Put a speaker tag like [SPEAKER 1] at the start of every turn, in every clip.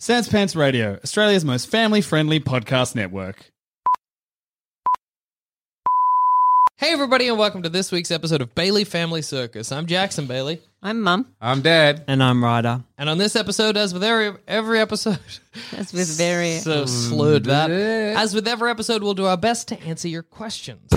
[SPEAKER 1] Sans Pants Radio, Australia's most family friendly podcast network.
[SPEAKER 2] Hey, everybody, and welcome to this week's episode of Bailey Family Circus. I'm Jackson Bailey,
[SPEAKER 3] I'm mum.
[SPEAKER 4] I'm dead.
[SPEAKER 5] And I'm Ryder.
[SPEAKER 2] and on this episode, as with every, every episode,
[SPEAKER 3] That's with very.
[SPEAKER 2] so slurred that. As with every episode, we'll do our best to answer your questions.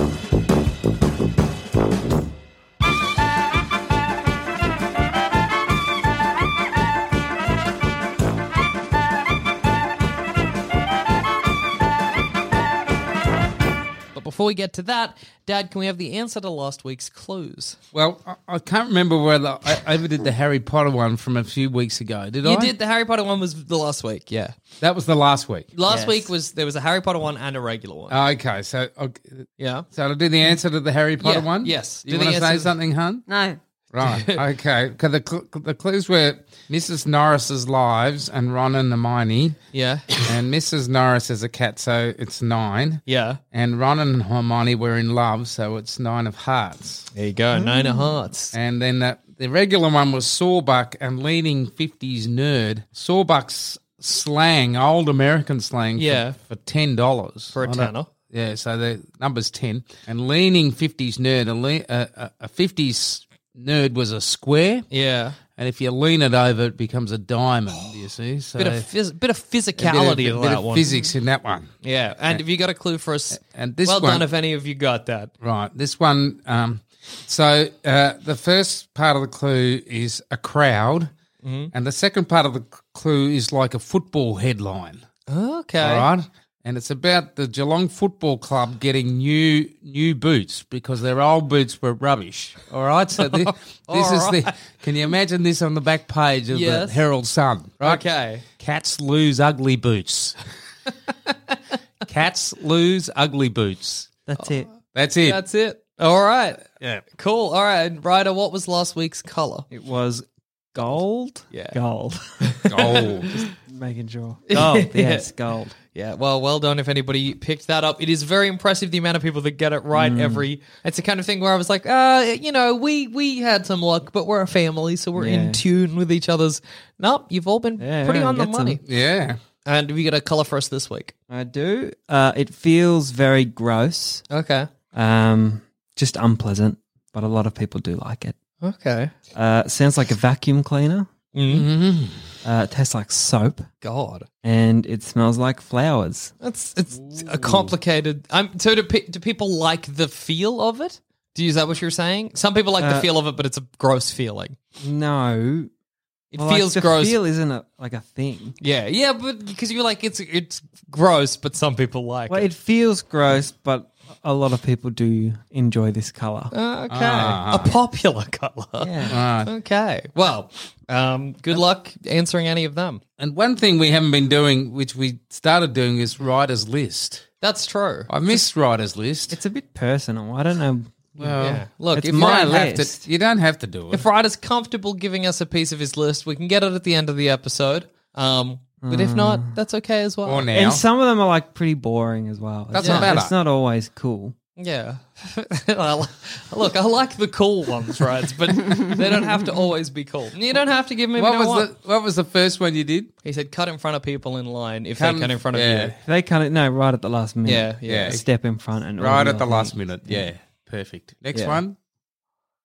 [SPEAKER 2] But before we get to that, Dad, can we have the answer to last week's clues?
[SPEAKER 4] Well, I, I can't remember whether I ever did the Harry Potter one from a few weeks ago. Did
[SPEAKER 2] You
[SPEAKER 4] I?
[SPEAKER 2] did the Harry Potter one was the last week, yeah.
[SPEAKER 4] That was the last week.
[SPEAKER 2] Last
[SPEAKER 5] Yes.
[SPEAKER 2] week was there was a Harry Potter one and a regular one.
[SPEAKER 4] Okay, so okay,
[SPEAKER 2] Uh, yeah.
[SPEAKER 4] so I'll do the answer to the Harry Potter
[SPEAKER 2] Yeah,
[SPEAKER 4] one.
[SPEAKER 2] yes.
[SPEAKER 4] You
[SPEAKER 2] Do the
[SPEAKER 4] want to
[SPEAKER 2] answer
[SPEAKER 4] say
[SPEAKER 2] to-
[SPEAKER 4] something, hun?
[SPEAKER 3] No.
[SPEAKER 4] Right. Okay. Because the cl- the clues were Mrs. Norris's lives and Ron and Hermione,
[SPEAKER 2] Yeah.
[SPEAKER 4] and Mrs. Norris is a cat, so it's nine.
[SPEAKER 2] Yeah.
[SPEAKER 4] And Ron and Hermione were in love, so it's nine of hearts.
[SPEAKER 2] There you go. Nine of hearts.
[SPEAKER 4] Mm. And then that, the regular one was Sawbuck and leaning 50s nerd. Sawbuck's slang, old American slang for-
[SPEAKER 2] Yeah.
[SPEAKER 4] for, $10.
[SPEAKER 2] For a
[SPEAKER 4] I don't-
[SPEAKER 2] tenner.
[SPEAKER 4] Yeah, so the number's 10. And leaning 50s nerd, a, le- a, a, a 50s nerd was a square.
[SPEAKER 2] Yeah.
[SPEAKER 4] And if you lean it over, it becomes a diamond, you see? So
[SPEAKER 2] Bit of phys- bit of
[SPEAKER 4] a bit of-
[SPEAKER 2] physicality in
[SPEAKER 4] bit
[SPEAKER 2] that
[SPEAKER 4] of
[SPEAKER 2] one.
[SPEAKER 4] physics in that one.
[SPEAKER 2] Yeah. And if you got a clue for us,
[SPEAKER 4] And this
[SPEAKER 2] well
[SPEAKER 4] one-
[SPEAKER 2] done if any of you got that.
[SPEAKER 4] Right. This one. Um, so uh, the first part of the clue is a crowd,
[SPEAKER 2] Mm-hmm.
[SPEAKER 4] and the second part of the c- clue is like a football headline.
[SPEAKER 2] Okay.
[SPEAKER 4] All right. And it's about the Geelong Football Club getting new new boots because their old boots were rubbish. All right. So thi- this, is the. Can you imagine this on the back page of
[SPEAKER 2] Yes.
[SPEAKER 4] the Herald Sun? Right.
[SPEAKER 2] Okay.
[SPEAKER 4] Cats lose ugly boots. Cats lose ugly boots.
[SPEAKER 5] That's it.
[SPEAKER 3] Oh.
[SPEAKER 4] That's it.
[SPEAKER 2] That's it. All right.
[SPEAKER 4] yeah.
[SPEAKER 2] Cool. All right. And Ryder, what was last week's color?
[SPEAKER 5] It was gold.
[SPEAKER 2] Yeah.
[SPEAKER 5] Gold.
[SPEAKER 4] Gold.
[SPEAKER 5] Making sure. Gold. Yes, gold.
[SPEAKER 2] Yeah. Well, well done if anybody picked that up. It is very impressive the amount of people that get it right every. It's the kind of thing where I was like, uh, you know, we we had some luck, but we're a family, so we're in
[SPEAKER 5] Yeah.
[SPEAKER 2] tune with each other's. Nope, you've all been
[SPEAKER 5] Yeah,
[SPEAKER 2] pretty
[SPEAKER 5] everyone
[SPEAKER 2] on the
[SPEAKER 5] gets
[SPEAKER 2] money.
[SPEAKER 5] 'em.
[SPEAKER 4] Yeah.
[SPEAKER 2] And we got a color for us this week.
[SPEAKER 5] I do. Uh, it feels very gross.
[SPEAKER 2] Okay.
[SPEAKER 5] Um, just unpleasant, but a lot of people do like it.
[SPEAKER 2] Okay.
[SPEAKER 5] Uh, sounds like a vacuum cleaner.
[SPEAKER 4] Mm.
[SPEAKER 5] Uh, it tastes like soap,
[SPEAKER 2] God,
[SPEAKER 5] and it smells like flowers.
[SPEAKER 2] that's it's a complicated. I'm so do pe- do people like the feel of it? Do you, is that what you're saying? Some people like the
[SPEAKER 5] Uh,
[SPEAKER 2] feel of it, but it's a gross feeling.
[SPEAKER 5] No,
[SPEAKER 2] It
[SPEAKER 5] Well, like,
[SPEAKER 2] feels
[SPEAKER 5] the
[SPEAKER 2] gross.
[SPEAKER 5] Feel isn't a, like a thing.
[SPEAKER 2] yeah, yeah, but because you're like it's it's gross, but some people like
[SPEAKER 5] Well,
[SPEAKER 2] it.
[SPEAKER 5] it feels gross, but a lot of people do enjoy this color.
[SPEAKER 2] Okay.
[SPEAKER 4] Ah.
[SPEAKER 2] Uh-huh. A popular color.
[SPEAKER 5] yeah.
[SPEAKER 4] Right.
[SPEAKER 2] Okay. Well, um, good luck answering any of them.
[SPEAKER 4] And one thing we haven't been doing, which we started doing, is writer's list.
[SPEAKER 2] That's true.
[SPEAKER 4] I miss writer's list.
[SPEAKER 5] It's a bit personal. I don't know.
[SPEAKER 4] well,
[SPEAKER 2] yeah. Look,
[SPEAKER 5] It's
[SPEAKER 2] if,
[SPEAKER 4] you
[SPEAKER 5] my
[SPEAKER 4] don't have to-
[SPEAKER 5] list.
[SPEAKER 4] you don't have to do it.
[SPEAKER 2] if Ryder's comfortable giving us a piece of his list, we can get it at the end of the episode. Um, but if
[SPEAKER 5] Mm.
[SPEAKER 2] not, that's okay as well.
[SPEAKER 4] Or now.
[SPEAKER 5] And some of them are like pretty boring as well.
[SPEAKER 4] Doesn't
[SPEAKER 5] It's not-
[SPEAKER 4] matter.
[SPEAKER 5] It's not always cool.
[SPEAKER 2] Yeah. I li- Look, I like the cool ones, right? But they don't have to always be cool. You don't have to give me
[SPEAKER 4] what
[SPEAKER 2] no
[SPEAKER 4] was
[SPEAKER 2] one.
[SPEAKER 4] the What was the first one you did?
[SPEAKER 2] He said, "Cut in front of people in line if
[SPEAKER 4] Come-
[SPEAKER 2] they cut in front of
[SPEAKER 4] yeah.
[SPEAKER 2] you."
[SPEAKER 5] If They kind of no right at the last minute.
[SPEAKER 2] Yeah, yeah.
[SPEAKER 5] A step in front and
[SPEAKER 4] Right
[SPEAKER 5] all
[SPEAKER 4] at the
[SPEAKER 5] your
[SPEAKER 4] last
[SPEAKER 5] things.
[SPEAKER 4] minute. Yeah. Perfect. Next
[SPEAKER 5] Mm-hmm. Yeah.
[SPEAKER 4] one.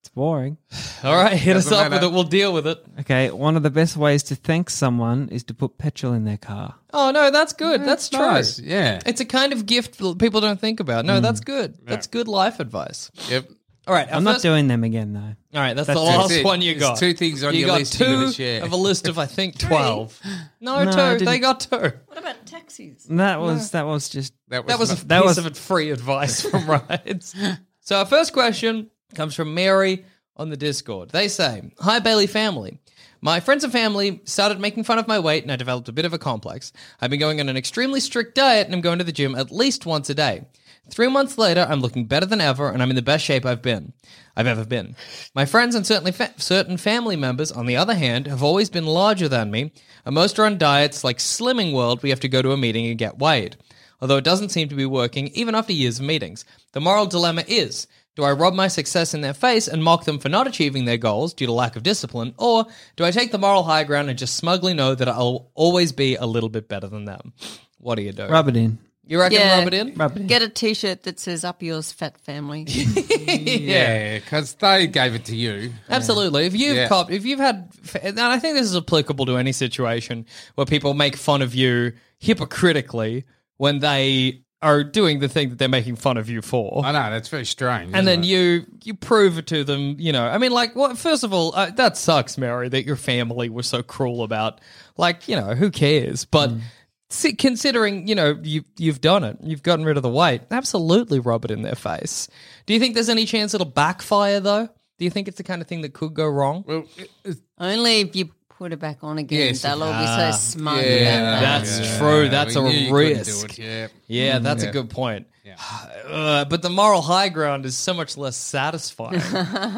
[SPEAKER 5] It's boring.
[SPEAKER 2] All right, hit us up
[SPEAKER 4] Doesn't
[SPEAKER 2] with
[SPEAKER 4] matter.
[SPEAKER 2] it. We'll deal with it.
[SPEAKER 5] Okay, one of the best ways to thank someone is to put petrol in their car.
[SPEAKER 2] Oh no, that's good. that's true.
[SPEAKER 4] Nice. Yeah. Mm.
[SPEAKER 2] It's a kind of gift l- people don't think about. No, that's good. That's good life advice.
[SPEAKER 4] Yep.
[SPEAKER 2] All right, our
[SPEAKER 5] I'm not
[SPEAKER 2] first-
[SPEAKER 5] doing them again though.
[SPEAKER 2] All right, that's,
[SPEAKER 5] That's
[SPEAKER 2] the
[SPEAKER 5] it.
[SPEAKER 2] last
[SPEAKER 4] That's it.
[SPEAKER 2] one you
[SPEAKER 4] There's
[SPEAKER 2] got.
[SPEAKER 4] two things on
[SPEAKER 2] you
[SPEAKER 4] your
[SPEAKER 2] got
[SPEAKER 4] list
[SPEAKER 2] two
[SPEAKER 4] you're gonna share.
[SPEAKER 2] of a list of I think twelve. No,
[SPEAKER 5] No, I
[SPEAKER 2] two. They
[SPEAKER 5] didn't-
[SPEAKER 2] got two.
[SPEAKER 3] What about taxis?
[SPEAKER 5] That was that was just
[SPEAKER 2] That was a
[SPEAKER 5] that
[SPEAKER 2] piece
[SPEAKER 5] was-
[SPEAKER 2] of free advice from rides. so our first question comes from Mary on the Discord. They say, "Hi Bailey family." My friends and family started making fun of my weight, and I developed a bit of a complex. I've been going on an extremely strict diet, and I'm going to the gym at least once a day. Three months later, I'm looking better than ever, and I'm in the best shape I've been, I've ever been. My friends and certainly fa- certain family members, on the other hand, have always been larger than me. And most are on diets like Slimming World. We have to go to a meeting and get weighed although it doesn't seem to be working even after years of meetings. The moral dilemma is do I rub my success in their face and mock them for not achieving their goals due to lack of discipline, or do I take the moral high ground and just smugly know that I'll always be a little bit better than them? What do you do?
[SPEAKER 5] rub it in.
[SPEAKER 2] you reckon
[SPEAKER 3] Yeah.
[SPEAKER 2] rub it in?
[SPEAKER 5] Rub it in.
[SPEAKER 3] Get a T-shirt that says "Up yours, fat family."
[SPEAKER 4] Yeah, because they gave it to you.
[SPEAKER 2] Absolutely. If you've
[SPEAKER 4] Yeah.
[SPEAKER 2] copped, if you've had, and I think this is applicable to any situation where people make fun of you hypocritically when they are doing the thing that they're making fun of you for.
[SPEAKER 4] I know that's very strange.
[SPEAKER 2] and then
[SPEAKER 4] you,
[SPEAKER 2] you you prove it to them. You know, I mean, like, what? First of all, uh, that sucks, Mary, that your family was so cruel about. Like, you know, who cares? But
[SPEAKER 4] Mm.
[SPEAKER 2] si- considering, you know, you you've done it, you've gotten rid of the weight. Absolutely, rub it in their face. Do you think there's any chance it'll backfire though? Do you think it's the kind of thing that could go wrong?
[SPEAKER 4] well, it- it-
[SPEAKER 3] Only if you put it back on again,
[SPEAKER 4] Yes,
[SPEAKER 3] they'll all be so smug.
[SPEAKER 4] Uh, yeah,
[SPEAKER 3] about that.
[SPEAKER 2] That's true. That's
[SPEAKER 4] we
[SPEAKER 2] a
[SPEAKER 4] knew you couldn't do
[SPEAKER 2] risk.
[SPEAKER 4] it, Mm. Yeah.
[SPEAKER 2] Yeah, that's a good point. Uh, but the moral high ground is so much less satisfying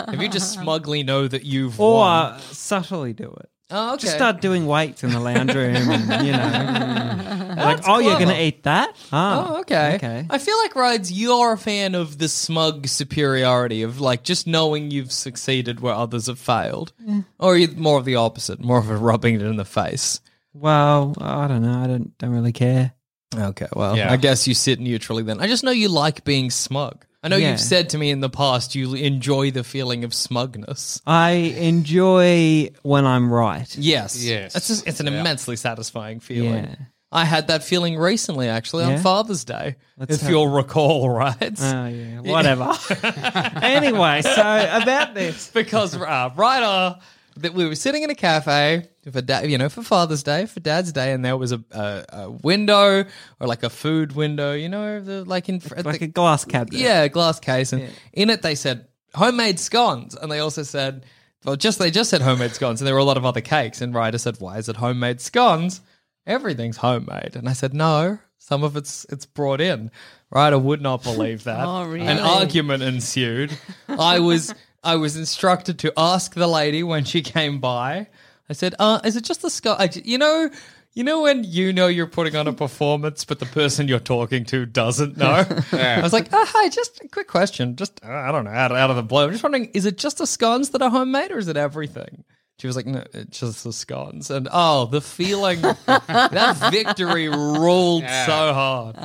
[SPEAKER 2] if you just smugly know that you've
[SPEAKER 5] Or
[SPEAKER 2] won.
[SPEAKER 5] subtly do it.
[SPEAKER 2] Oh, okay.
[SPEAKER 5] Just start doing weights in the lounge room, and, you know. like, oh, you're
[SPEAKER 2] clever.
[SPEAKER 5] going to eat that? Ah,
[SPEAKER 2] Oh, okay.
[SPEAKER 5] Okay.
[SPEAKER 2] I feel like Rides, you're a fan of the smug superiority of like just knowing you've succeeded where others have failed. Or are you more of the opposite, more of a rubbing it in the face?
[SPEAKER 5] Well, I don't know. I don't don't really care.
[SPEAKER 2] Okay, well,
[SPEAKER 1] Yeah.
[SPEAKER 2] I guess you sit neutrally then. I just know you like being smug. I know
[SPEAKER 5] Yeah.
[SPEAKER 2] you've said to me in the past you enjoy the feeling of smugness.
[SPEAKER 5] I enjoy when I'm right.
[SPEAKER 2] Yes.
[SPEAKER 4] Yes.
[SPEAKER 2] It's, just, it's an immensely satisfying feeling.
[SPEAKER 5] Yeah.
[SPEAKER 2] I had that feeling recently, actually, on
[SPEAKER 5] Yeah?
[SPEAKER 2] Father's Day,
[SPEAKER 5] Let's
[SPEAKER 2] if
[SPEAKER 5] have-
[SPEAKER 2] you'll recall, right?
[SPEAKER 5] Oh yeah, whatever. anyway, so about this.
[SPEAKER 2] because uh, right uh, that we were sitting in a cafe for da- you know for Father's Day for Dad's Day, and there was a, a, a window or like a food window, you know, the, like in at
[SPEAKER 5] Like
[SPEAKER 2] the-
[SPEAKER 5] a glass cabinet.
[SPEAKER 2] yeah a glass case, and in it they said homemade scones, and they also said well just they just said homemade scones, and there were a lot of other cakes, and Ryder said why is it homemade scones? Everything's homemade, and I said no. Some of it's it's brought in. Ryder would not believe that.
[SPEAKER 3] Oh, really?
[SPEAKER 2] An argument ensued. I was I was instructed to ask the lady when she came by. I said, uh, "Is it just the sky?" I j- you know, you know when you know you're putting on a performance, but the person you're talking to doesn't know. I was like, oh, "Hi, just a quick question. Just uh, I don't know, out, out of the blue. I'm just wondering, is it just the scones that are homemade, or is it everything?" She was like, "No, it's just the scones." And oh, the feeling that victory rolled so hard.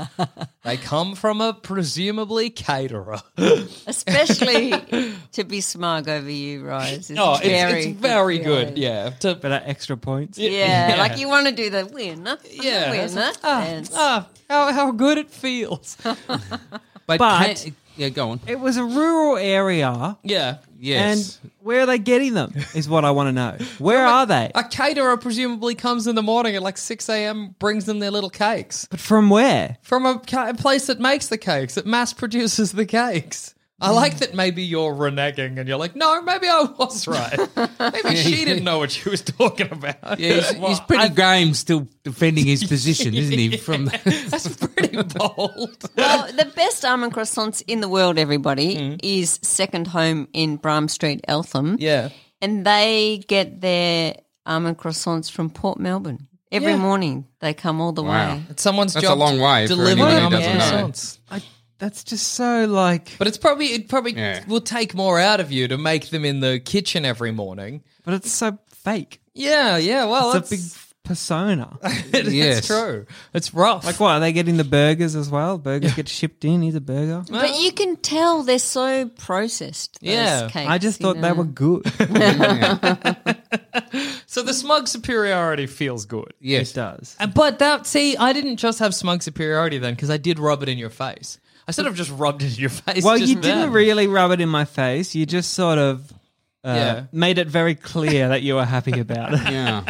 [SPEAKER 2] They come from a presumably caterer.
[SPEAKER 3] Especially to be smug over you, Rise. It's
[SPEAKER 2] No, it's
[SPEAKER 3] very
[SPEAKER 2] very, it's very
[SPEAKER 3] fulfilling.
[SPEAKER 2] good. Yeah. To-
[SPEAKER 5] But uh, extra points.
[SPEAKER 3] Yeah,
[SPEAKER 2] Yeah.
[SPEAKER 3] like you want to do the winner, yeah,
[SPEAKER 2] yeah.
[SPEAKER 3] winner.
[SPEAKER 2] Ah,
[SPEAKER 3] and
[SPEAKER 2] ah, how, how good it feels.
[SPEAKER 4] But,
[SPEAKER 5] But-
[SPEAKER 4] can- yeah, go on.
[SPEAKER 5] It was a rural area,
[SPEAKER 2] yeah.
[SPEAKER 4] Yes.
[SPEAKER 5] and where are they getting them? Is what I want to know. Where are they?
[SPEAKER 2] A caterer presumably comes in the morning at like 6 a.m., brings them their little cakes
[SPEAKER 5] But from where?
[SPEAKER 2] from a ca- place that makes the cakes, that mass produces the cakes.
[SPEAKER 4] Mm.
[SPEAKER 2] I like that maybe you're reneging and you're like, no, maybe I was right. Maybe she didn't know what she was talking about.
[SPEAKER 4] yeah, he's, he's pretty game still defending his position, isn't he? From the,
[SPEAKER 2] That's pretty bold.
[SPEAKER 3] well, the best almond croissants in the world, everybody,
[SPEAKER 2] Mm.
[SPEAKER 3] is Second Home in Bram Street, Eltham.
[SPEAKER 2] Yeah.
[SPEAKER 3] and they get their almond croissants from Port Melbourne every
[SPEAKER 2] Yeah.
[SPEAKER 3] morning. They come all the
[SPEAKER 4] Wow.
[SPEAKER 3] way.
[SPEAKER 2] It's someone's
[SPEAKER 4] That's a
[SPEAKER 2] job
[SPEAKER 4] long way for
[SPEAKER 2] delivering
[SPEAKER 4] anybody
[SPEAKER 3] who
[SPEAKER 2] almond
[SPEAKER 3] doesn't
[SPEAKER 4] know.
[SPEAKER 2] croissants.
[SPEAKER 5] I, that's just so like.
[SPEAKER 2] But it's probably it probably
[SPEAKER 4] Yeah.
[SPEAKER 2] will take more out of you to make them in the kitchen every morning.
[SPEAKER 5] But it's so fake.
[SPEAKER 2] Yeah, yeah. Well,
[SPEAKER 5] It's a
[SPEAKER 2] that's
[SPEAKER 5] big persona.
[SPEAKER 2] It's
[SPEAKER 4] Yes.
[SPEAKER 2] true. It's rough.
[SPEAKER 5] like what? Are they getting the burgers as well? Burgers get shipped in. Here's a burger.
[SPEAKER 3] But you can tell they're so processed. Those
[SPEAKER 2] Yeah.
[SPEAKER 3] cakes,
[SPEAKER 5] I just
[SPEAKER 3] you
[SPEAKER 5] thought they
[SPEAKER 3] know.
[SPEAKER 5] were good.
[SPEAKER 2] So the smug superiority feels good.
[SPEAKER 5] It
[SPEAKER 4] Yes.
[SPEAKER 5] does.
[SPEAKER 2] And- But that, see, I didn't just have smug superiority then because I did rub it in your face. I sort of just rubbed it in your face.
[SPEAKER 5] Well,
[SPEAKER 2] just
[SPEAKER 5] you didn't
[SPEAKER 2] then.
[SPEAKER 5] really rub it in my face. You just sort of uh,
[SPEAKER 2] Yeah.
[SPEAKER 5] made it very clear that you were happy about it.
[SPEAKER 4] Yeah.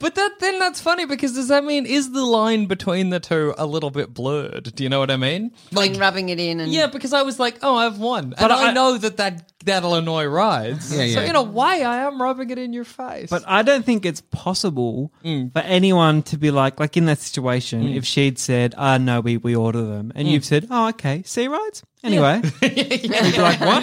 [SPEAKER 2] But that then that's funny because does that mean is the line between the two a little bit blurred? Do you know what I mean?
[SPEAKER 3] like rubbing it in and
[SPEAKER 2] Yeah, because I was like, oh, I've won,
[SPEAKER 5] But
[SPEAKER 2] and I,
[SPEAKER 5] I-
[SPEAKER 2] know that that that'll annoy rides.
[SPEAKER 4] Yeah,
[SPEAKER 2] So
[SPEAKER 4] yeah.
[SPEAKER 2] in a way, I am rubbing it in your face.
[SPEAKER 5] But I don't think it's possible
[SPEAKER 2] Mm.
[SPEAKER 5] for anyone to be like, like in that situation, if she'd said, "Ah, no, we we order them,"
[SPEAKER 2] Mm.
[SPEAKER 5] and you've said, "Oh, okay, sea rides." Anyway, you'd be like, "What?"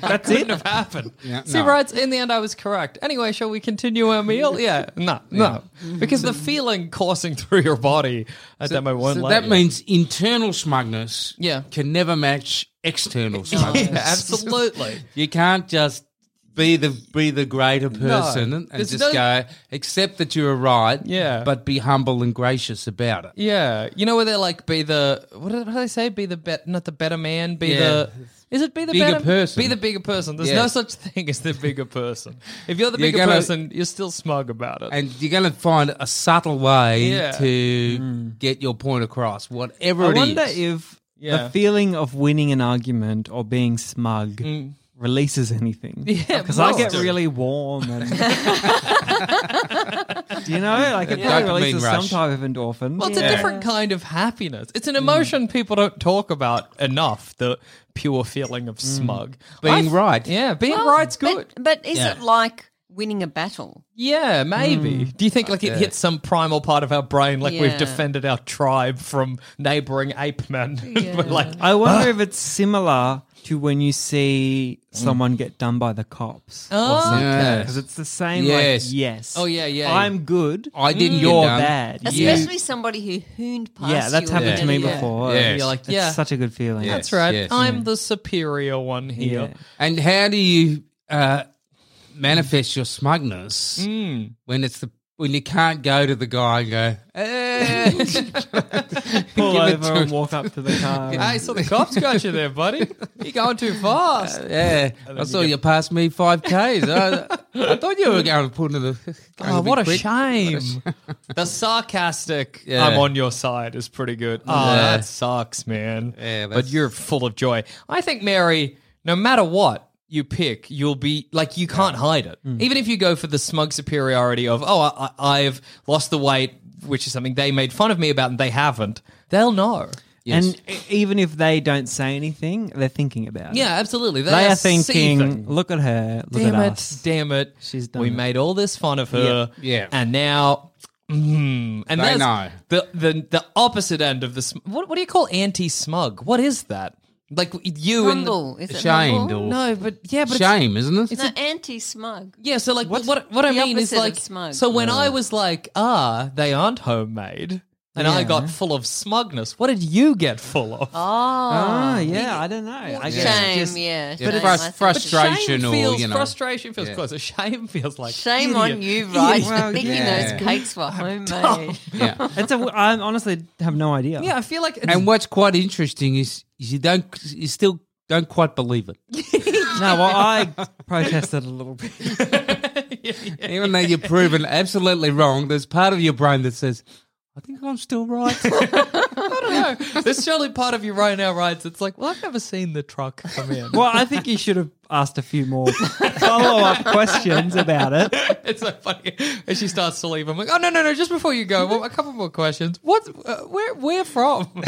[SPEAKER 2] that's it. Have happened.
[SPEAKER 4] Yeah,
[SPEAKER 2] See,
[SPEAKER 4] no.
[SPEAKER 2] rides. In the end, I was correct. Anyway, shall we continue our meal? Yeah, no, no, because the feeling coursing through your body at that moment. won't
[SPEAKER 4] So
[SPEAKER 2] let
[SPEAKER 4] that
[SPEAKER 2] you.
[SPEAKER 4] means internal smugness
[SPEAKER 2] Yeah.
[SPEAKER 4] can never match external
[SPEAKER 2] Yeah,
[SPEAKER 4] smugness.
[SPEAKER 2] absolutely.
[SPEAKER 4] You can't just be the be the greater person and, and
[SPEAKER 2] There's
[SPEAKER 4] just
[SPEAKER 2] no-
[SPEAKER 4] go accept that you were right,
[SPEAKER 2] Yeah.
[SPEAKER 4] but be humble and gracious about it.
[SPEAKER 2] Yeah, you know where they're like, be the what do what do they say? Be the bet, not the better man. Be
[SPEAKER 4] Yeah.
[SPEAKER 2] the is it be the
[SPEAKER 4] Bigger
[SPEAKER 2] better
[SPEAKER 4] person.
[SPEAKER 2] Be the bigger person. There's
[SPEAKER 4] Yeah.
[SPEAKER 2] no such thing as the bigger person. If you're the
[SPEAKER 4] You're
[SPEAKER 2] bigger
[SPEAKER 4] gonna-
[SPEAKER 2] person, you're still smug about it.
[SPEAKER 4] And you're going to find a subtle way
[SPEAKER 2] Yeah. Mm.
[SPEAKER 4] to get your point across, whatever
[SPEAKER 5] I
[SPEAKER 4] it is.
[SPEAKER 5] wonder if
[SPEAKER 2] Yeah.
[SPEAKER 5] the feeling of winning an argument or being smug releases anything.
[SPEAKER 2] Mm. Yeah,
[SPEAKER 5] because I
[SPEAKER 2] must
[SPEAKER 5] get
[SPEAKER 2] do.
[SPEAKER 5] really warm. And Do you know, like it
[SPEAKER 4] Yeah.
[SPEAKER 5] probably releases
[SPEAKER 4] Dopamine rush.
[SPEAKER 5] some type of endorphin.
[SPEAKER 2] well, it's a different kind of happiness. It's
[SPEAKER 4] Mm.
[SPEAKER 2] an emotion people don't talk about enough. The pure feeling of smug,
[SPEAKER 4] Mm. Being
[SPEAKER 2] I've-
[SPEAKER 4] right.
[SPEAKER 2] Yeah, being
[SPEAKER 3] Well,
[SPEAKER 2] right's
[SPEAKER 3] Oh, but-
[SPEAKER 2] good.
[SPEAKER 3] But, is
[SPEAKER 4] Yeah.
[SPEAKER 3] it like winning a battle?
[SPEAKER 2] Yeah, maybe.
[SPEAKER 4] Mm.
[SPEAKER 2] Do you think like it hits some primal part of our brain, like we've
[SPEAKER 3] Yeah.
[SPEAKER 2] defended our tribe from neighboring ape men? We're like,
[SPEAKER 5] I
[SPEAKER 4] Ah.
[SPEAKER 5] wonder if it's similar to when you see
[SPEAKER 4] Mm.
[SPEAKER 5] someone get done by the cops.
[SPEAKER 2] Oh,
[SPEAKER 4] okay.
[SPEAKER 5] Because it's the same.
[SPEAKER 4] Yes.
[SPEAKER 5] Like, yes.
[SPEAKER 2] Oh, yeah, yeah,
[SPEAKER 5] I'm good.
[SPEAKER 4] I didn't get
[SPEAKER 5] You're
[SPEAKER 4] done.
[SPEAKER 5] bad. You-
[SPEAKER 3] Especially somebody who hooned past
[SPEAKER 5] yeah, that's
[SPEAKER 3] you
[SPEAKER 5] happened
[SPEAKER 3] and
[SPEAKER 5] to me
[SPEAKER 3] did it.
[SPEAKER 5] before.
[SPEAKER 4] Yeah.
[SPEAKER 2] you're like,
[SPEAKER 5] It's
[SPEAKER 2] yeah,
[SPEAKER 5] such a good feeling.
[SPEAKER 4] Yes.
[SPEAKER 2] that's right.
[SPEAKER 4] yes. Mm.
[SPEAKER 2] I'm the superior one here.
[SPEAKER 4] And how do you uh, manifest your smugness
[SPEAKER 2] Mm.
[SPEAKER 4] when it's the when you can't go to the guy and go, eh,
[SPEAKER 5] Pull
[SPEAKER 4] Give it
[SPEAKER 5] over
[SPEAKER 4] to
[SPEAKER 5] and
[SPEAKER 4] him.
[SPEAKER 5] walk up to the car. and-
[SPEAKER 2] Hey, so the cops got you there, buddy. You're going too
[SPEAKER 4] Uh,
[SPEAKER 2] fast.
[SPEAKER 4] yeah, I saw you pass me five Ks. I, I thought you were going to put in the. going
[SPEAKER 2] Oh,
[SPEAKER 4] to be
[SPEAKER 2] what a
[SPEAKER 4] quick.
[SPEAKER 2] shame. the sarcastic,
[SPEAKER 4] Yeah.
[SPEAKER 2] I'm on your side, is pretty good. Oh,
[SPEAKER 4] Yeah.
[SPEAKER 2] that sucks, man.
[SPEAKER 4] Yeah,
[SPEAKER 2] but
[SPEAKER 4] that's-
[SPEAKER 2] you're full of joy. I think, Mary, no matter what you pick, you'll be like, you can't hide it. Even if you go for the smug superiority of, oh, I, I, I've lost the weight, which is something they made fun of me about and they haven't, they'll know.
[SPEAKER 5] And e- even if they don't say anything, they're thinking about it.
[SPEAKER 2] Yeah, absolutely. They,
[SPEAKER 5] They are
[SPEAKER 2] see
[SPEAKER 5] thinking,
[SPEAKER 2] things.
[SPEAKER 5] look at her, look
[SPEAKER 2] damn
[SPEAKER 5] at
[SPEAKER 2] it,
[SPEAKER 5] us.
[SPEAKER 2] damn it.
[SPEAKER 5] She's done
[SPEAKER 2] we
[SPEAKER 5] it.
[SPEAKER 2] made all this fun of her.
[SPEAKER 4] Yeah.
[SPEAKER 2] And now, mm, and
[SPEAKER 4] They
[SPEAKER 2] that's
[SPEAKER 4] know.
[SPEAKER 2] the the the opposite end of the sm- what what do you call anti smug? What is that? Like you and the,
[SPEAKER 3] Humble. Is it
[SPEAKER 4] Ashamed
[SPEAKER 3] humble?
[SPEAKER 4] or
[SPEAKER 2] no, but yeah, but it's-
[SPEAKER 4] shame, isn't it?
[SPEAKER 3] No, anti-smug.
[SPEAKER 2] yeah, so like what what I
[SPEAKER 3] the
[SPEAKER 2] mean is
[SPEAKER 3] opposite of
[SPEAKER 2] like
[SPEAKER 3] smug?
[SPEAKER 2] so when I was like ah they aren't homemade and I got full of smugness. What did you get full of?
[SPEAKER 5] Ah, yeah, I don't know. I guess it's
[SPEAKER 3] Shame,
[SPEAKER 5] just-
[SPEAKER 3] yeah.
[SPEAKER 4] Yeah,
[SPEAKER 3] shame,
[SPEAKER 4] frus-
[SPEAKER 3] I think.
[SPEAKER 4] frustration.
[SPEAKER 2] Shame
[SPEAKER 4] or,
[SPEAKER 2] feels
[SPEAKER 4] you know.
[SPEAKER 2] frustration feels closer. Shame feels like
[SPEAKER 3] Shame on
[SPEAKER 2] idiot.
[SPEAKER 3] you, right?
[SPEAKER 5] Well,
[SPEAKER 3] thinking
[SPEAKER 4] yeah.
[SPEAKER 3] those cakes were homemade.
[SPEAKER 4] Yeah.
[SPEAKER 5] It's a, I honestly have no idea.
[SPEAKER 2] Yeah, I feel like it's
[SPEAKER 4] And what's quite interesting is, is you don't you still don't quite believe it,
[SPEAKER 5] No, well, I protested a little bit.
[SPEAKER 4] even though you're proven absolutely wrong. There's part of your brain that says, "I think I'm still right."
[SPEAKER 2] There's surely part of you right now rides that's like, well, I've never seen the truck come in.
[SPEAKER 5] Well, I think you should have asked a few more follow up questions about it.
[SPEAKER 2] It's so funny. And she starts to leave. I'm like, oh, no, no, no, just before you go, well, a couple more questions. What, uh, where, where from?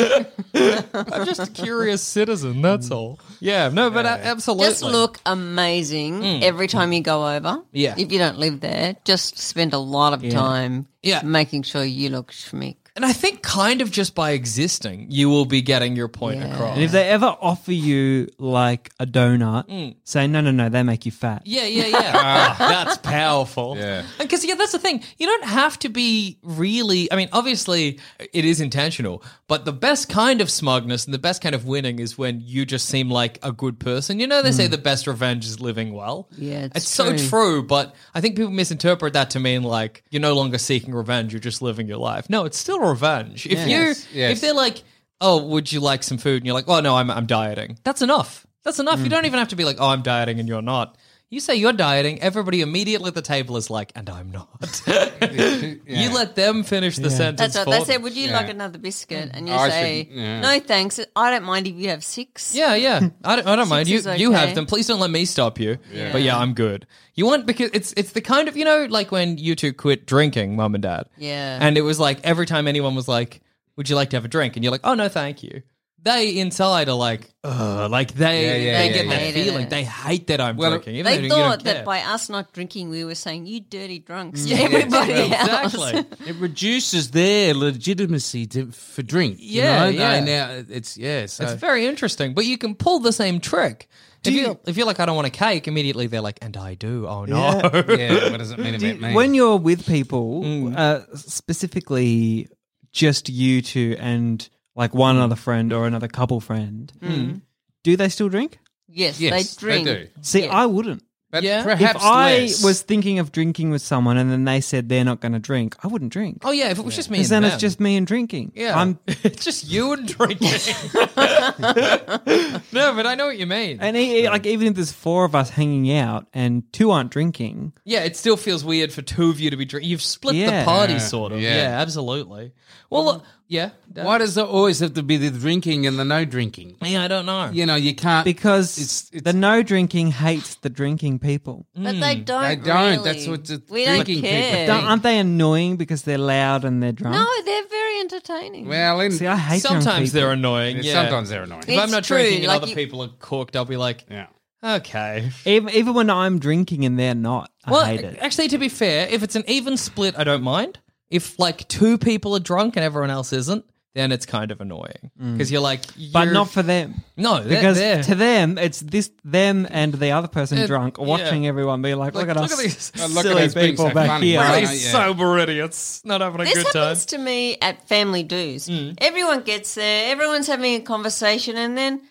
[SPEAKER 2] I'm just a curious citizen, that's all. Yeah, no, but uh, absolutely.
[SPEAKER 3] just look amazing every time you go over.
[SPEAKER 2] Yeah.
[SPEAKER 3] If you don't live there, just spend a lot of time
[SPEAKER 2] Yeah.
[SPEAKER 3] making sure you look schmick.
[SPEAKER 2] And I think kind of just by existing, you will be getting your point across.
[SPEAKER 5] And if they ever offer you like a donut, say no, no, no, they make you fat.
[SPEAKER 2] Mm. Yeah, yeah, yeah. Ah, that's powerful.
[SPEAKER 4] Yeah.
[SPEAKER 2] Because, yeah, that's the thing. You don't have to be really. I mean, obviously, it is intentional, but the best kind of smugness and the best kind of winning is when you just seem like a good person. You know, they say the best revenge is living well.
[SPEAKER 3] Yeah,
[SPEAKER 2] It's,
[SPEAKER 3] it's
[SPEAKER 2] so
[SPEAKER 3] true.
[SPEAKER 2] true, but I think people misinterpret that to mean like you're no longer seeking revenge, you're just living your life. No, it's still revenge. If you.
[SPEAKER 4] Yes, yes.
[SPEAKER 2] If they're like, oh, would you like some food? And you're like, oh, no, I'm, I'm dieting. That's enough. That's enough.
[SPEAKER 3] Mm.
[SPEAKER 2] You don't even have to be like, oh, I'm dieting and you're not. You say you're dieting, everybody immediately at the table is like, and I'm not. You let them finish the sentence.
[SPEAKER 3] That's right.
[SPEAKER 2] for
[SPEAKER 3] They say,
[SPEAKER 2] them.
[SPEAKER 3] "Would you like another biscuit?" And you
[SPEAKER 4] I
[SPEAKER 3] say,
[SPEAKER 4] should- yeah.
[SPEAKER 3] "No, thanks. I don't mind if you have six.
[SPEAKER 2] Yeah, yeah. I don't, I don't mind. You
[SPEAKER 3] is
[SPEAKER 2] you have
[SPEAKER 3] okay.
[SPEAKER 2] them. Please don't let me stop you. But yeah, I'm good. You want because it's it's the kind of you know like when you two quit drinking, mum and dad.
[SPEAKER 3] Yeah.
[SPEAKER 2] And it was like every time anyone was like, "Would you like to have a drink?" and you're like, "Oh no, thank you." They inside are like, Ugh, like they
[SPEAKER 4] Yeah, yeah,
[SPEAKER 2] they
[SPEAKER 4] yeah,
[SPEAKER 2] get
[SPEAKER 4] yeah.
[SPEAKER 2] that
[SPEAKER 3] Hated
[SPEAKER 2] feeling.
[SPEAKER 3] it.
[SPEAKER 2] They hate that I'm
[SPEAKER 4] Well,
[SPEAKER 2] drinking. Even though
[SPEAKER 3] They
[SPEAKER 2] you don't
[SPEAKER 3] thought that
[SPEAKER 2] care.
[SPEAKER 3] by us not drinking, we were saying, "You dirty drunks." to everybody else.
[SPEAKER 2] exactly.
[SPEAKER 4] It reduces their legitimacy to, for drink. you
[SPEAKER 2] Yeah,
[SPEAKER 4] know?
[SPEAKER 2] yeah.
[SPEAKER 4] They now it's yeah. So
[SPEAKER 2] It's very interesting, but you can pull the same trick. If you if you're like I don't want a cake, immediately they're like, and I do. Oh no.
[SPEAKER 4] yeah. What does it mean about me?
[SPEAKER 5] When you're with people, uh, specifically just you two and like one other friend or another couple friend, do they still drink?
[SPEAKER 3] Yes,
[SPEAKER 4] yes,
[SPEAKER 3] they drink.
[SPEAKER 4] do.
[SPEAKER 5] See, I wouldn't.
[SPEAKER 4] But
[SPEAKER 2] Yeah. If
[SPEAKER 4] perhaps
[SPEAKER 5] if I
[SPEAKER 4] less.
[SPEAKER 5] was thinking of drinking with someone and then they said they're not going to drink, I wouldn't drink.
[SPEAKER 2] Oh yeah, if it was just me.
[SPEAKER 5] Because
[SPEAKER 2] and
[SPEAKER 5] then it's
[SPEAKER 2] them.
[SPEAKER 5] just me and drinking.
[SPEAKER 2] yeah.
[SPEAKER 5] I'm,
[SPEAKER 2] it's just you and drinking. no, but I know what you mean.
[SPEAKER 5] and e- e- like even if there's four of us hanging out and two aren't drinking,
[SPEAKER 2] yeah, it still feels weird for two of you to be drinking. You've split the
[SPEAKER 5] Yeah.
[SPEAKER 2] party, sort of. Yeah,
[SPEAKER 4] Yeah.
[SPEAKER 2] absolutely. Well, uh, yeah. that-
[SPEAKER 4] Why does there always have to be the drinking and the no drinking?
[SPEAKER 2] yeah, I don't know.
[SPEAKER 4] You know, you can't
[SPEAKER 5] because
[SPEAKER 4] It's- it's-
[SPEAKER 5] the no drinking hates the drinking people.
[SPEAKER 3] But they don't.
[SPEAKER 4] They don't. That's
[SPEAKER 3] really.
[SPEAKER 4] what the
[SPEAKER 3] we don't
[SPEAKER 4] drinking people
[SPEAKER 3] care.
[SPEAKER 5] Don't- aren't they annoying because they're loud and they're drunk?
[SPEAKER 3] No, they're very entertaining.
[SPEAKER 4] Well, in,
[SPEAKER 5] See, I hate drunk
[SPEAKER 2] Sometimes
[SPEAKER 5] people.
[SPEAKER 2] they're annoying. Yeah.
[SPEAKER 4] sometimes they're annoying.
[SPEAKER 2] If I'm
[SPEAKER 3] It's
[SPEAKER 2] not
[SPEAKER 3] true,
[SPEAKER 2] drinking and
[SPEAKER 3] like
[SPEAKER 2] other
[SPEAKER 3] you-
[SPEAKER 2] people are corked, I'll be like,
[SPEAKER 4] Yeah.
[SPEAKER 2] okay.
[SPEAKER 5] Even, even when I'm drinking and they're not, I
[SPEAKER 2] Well,
[SPEAKER 5] hate it.
[SPEAKER 2] actually, to be fair, if it's an even split, I don't mind. If like two people are drunk and everyone else isn't, then it's kind of annoying because you're like, you're,
[SPEAKER 5] Mm. But not for them.
[SPEAKER 2] no, they're-
[SPEAKER 5] Because
[SPEAKER 2] they're-
[SPEAKER 5] to them, it's this them and the other person
[SPEAKER 2] They're-
[SPEAKER 5] drunk
[SPEAKER 2] yeah.
[SPEAKER 5] watching everyone be like,
[SPEAKER 2] Like,
[SPEAKER 5] look, at
[SPEAKER 2] look
[SPEAKER 5] us,
[SPEAKER 2] at these-
[SPEAKER 4] Oh, look at
[SPEAKER 5] silly
[SPEAKER 4] us being
[SPEAKER 5] people
[SPEAKER 4] so
[SPEAKER 5] back
[SPEAKER 4] funny."
[SPEAKER 5] here.
[SPEAKER 2] These
[SPEAKER 4] Right. Oh, yeah.
[SPEAKER 2] sober idiots not having a
[SPEAKER 3] This
[SPEAKER 2] good time.
[SPEAKER 3] happens to me at family do's.
[SPEAKER 5] Mm.
[SPEAKER 3] Everyone gets there, everyone's having a conversation, and then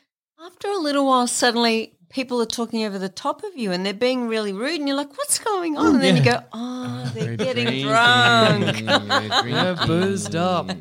[SPEAKER 3] after a little while, suddenly people are talking over the top of you and they're being really rude, and you're like, what's going on? And then you go, oh, they're getting drunk.
[SPEAKER 2] They're boozed up.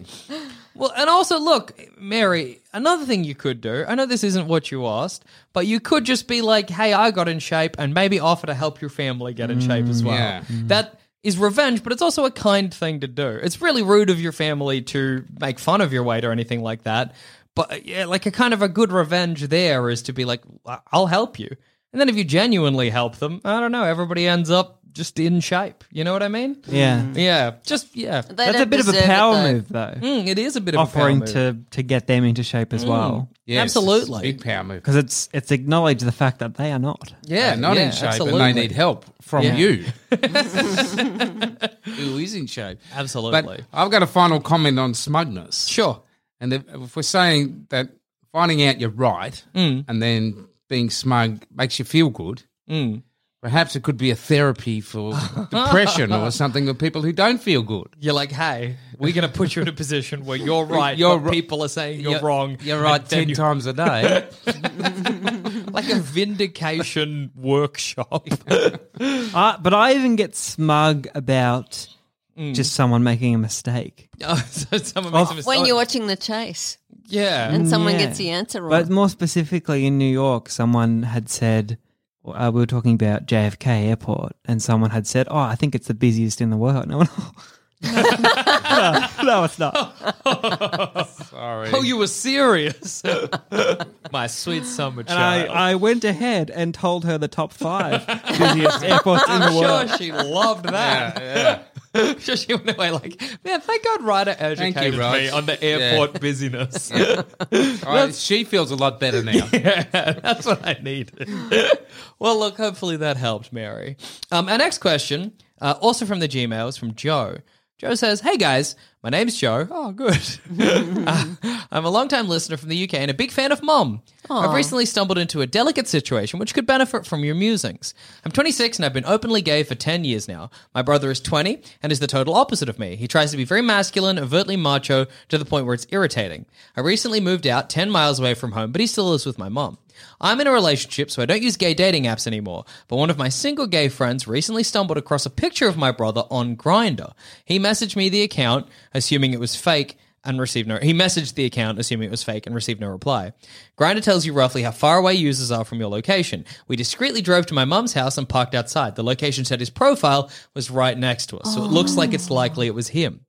[SPEAKER 2] Well, and also look, Mary. Another thing you could do. I know this isn't what you asked, but you could just be like, "Hey, I got in shape," and maybe offer to help your family get in shape as well.
[SPEAKER 4] yeah.
[SPEAKER 2] That is revenge, but it's also a kind thing to do. It's really rude of your family to make fun of your weight or anything like that. But uh, yeah, like a kind of a good revenge there is to be like, "I- "I'll help you," and then if you genuinely help them, I don't know, everybody ends up just in shape. You know what I mean?
[SPEAKER 5] Yeah.
[SPEAKER 2] Yeah, just yeah.
[SPEAKER 3] They
[SPEAKER 5] That's a
[SPEAKER 3] don't
[SPEAKER 5] bit of a
[SPEAKER 3] deserve it,
[SPEAKER 5] power
[SPEAKER 3] though.
[SPEAKER 5] move, though.
[SPEAKER 2] Mm, it is a bit of
[SPEAKER 5] Offering
[SPEAKER 2] a power move.
[SPEAKER 5] to, to get them into shape as well.
[SPEAKER 4] Yes,
[SPEAKER 2] Absolutely.
[SPEAKER 4] it's a Big power move.
[SPEAKER 5] Because it's, it's acknowledged the fact that they are not.
[SPEAKER 2] yeah,
[SPEAKER 4] They're not
[SPEAKER 2] yeah,
[SPEAKER 4] in shape
[SPEAKER 2] absolutely.
[SPEAKER 4] and they need help from
[SPEAKER 2] Yeah.
[SPEAKER 4] you. Who is in shape?
[SPEAKER 2] Absolutely.
[SPEAKER 4] But I've got a final comment on smugness.
[SPEAKER 2] sure.
[SPEAKER 4] And if, if we're saying that finding out you're right
[SPEAKER 2] Mm.
[SPEAKER 4] and then being smug makes you feel good,
[SPEAKER 2] Mm.
[SPEAKER 4] perhaps it could be a therapy for depression or something with people who don't feel good.
[SPEAKER 2] You're like, hey, we're going to put you in a position where you're right,
[SPEAKER 4] You're
[SPEAKER 2] but
[SPEAKER 4] ri-
[SPEAKER 2] people are saying you're, wrong.
[SPEAKER 4] You're right
[SPEAKER 2] and then
[SPEAKER 4] ten
[SPEAKER 2] you-
[SPEAKER 4] times a day.
[SPEAKER 2] Like a vindication workshop. Mm.
[SPEAKER 5] I, but I even get smug about
[SPEAKER 2] Mm.
[SPEAKER 5] just someone making a mistake.
[SPEAKER 2] Oh, so someone makes a mistake.
[SPEAKER 3] When you're watching The Chase
[SPEAKER 2] yeah.
[SPEAKER 3] and someone
[SPEAKER 5] Oh. Yeah.
[SPEAKER 3] gets the answer wrong.
[SPEAKER 5] But more specifically in New York, someone had said, uh, we were talking about JFK Airport, and someone had said, Oh, I think it's the busiest in the world. And I went, oh. no, no, it's not.
[SPEAKER 4] Sorry.
[SPEAKER 2] Oh, you were serious. My sweet summer
[SPEAKER 5] And I,
[SPEAKER 2] child.
[SPEAKER 5] I went ahead and told her the top five busiest airports in the
[SPEAKER 2] am
[SPEAKER 5] world.
[SPEAKER 2] sure she loved that. I'm sure she went away like, man, thank God Ryder
[SPEAKER 4] you,
[SPEAKER 2] educated me
[SPEAKER 4] Raj.
[SPEAKER 2] on the
[SPEAKER 4] Yeah.
[SPEAKER 2] airport busyness.
[SPEAKER 4] All right, she feels a lot better now.
[SPEAKER 2] That's what I need. well, look, hopefully that helped, Mary. Um, our next question, uh, also from the Gmail, is from Joe. Joe says, Hey guys, my name's Joe. Oh, good. Uh, I'm a longtime listener from the UK and a big fan of Mom. I've recently stumbled into a delicate situation which could benefit from your musings. I'm 26 and I've been openly gay for 10 years now. My brother is 20 and is the total opposite of me. He tries to be very masculine, overtly macho, to the point where it's irritating. I recently moved out 10 miles away from home, but he still lives with my mom. I'm in a relationship, so I don't use gay dating apps anymore. But one of my single gay friends recently stumbled across a picture of my brother on Grinder. He messaged me the account, assuming it was fake, and received no. He messaged the account, assuming it was fake, and received no reply. Grinder tells you roughly how far away users are from your location. We discreetly drove to my mum's house and parked outside. The location said his profile was right next to us, so it looks like it's likely it was him.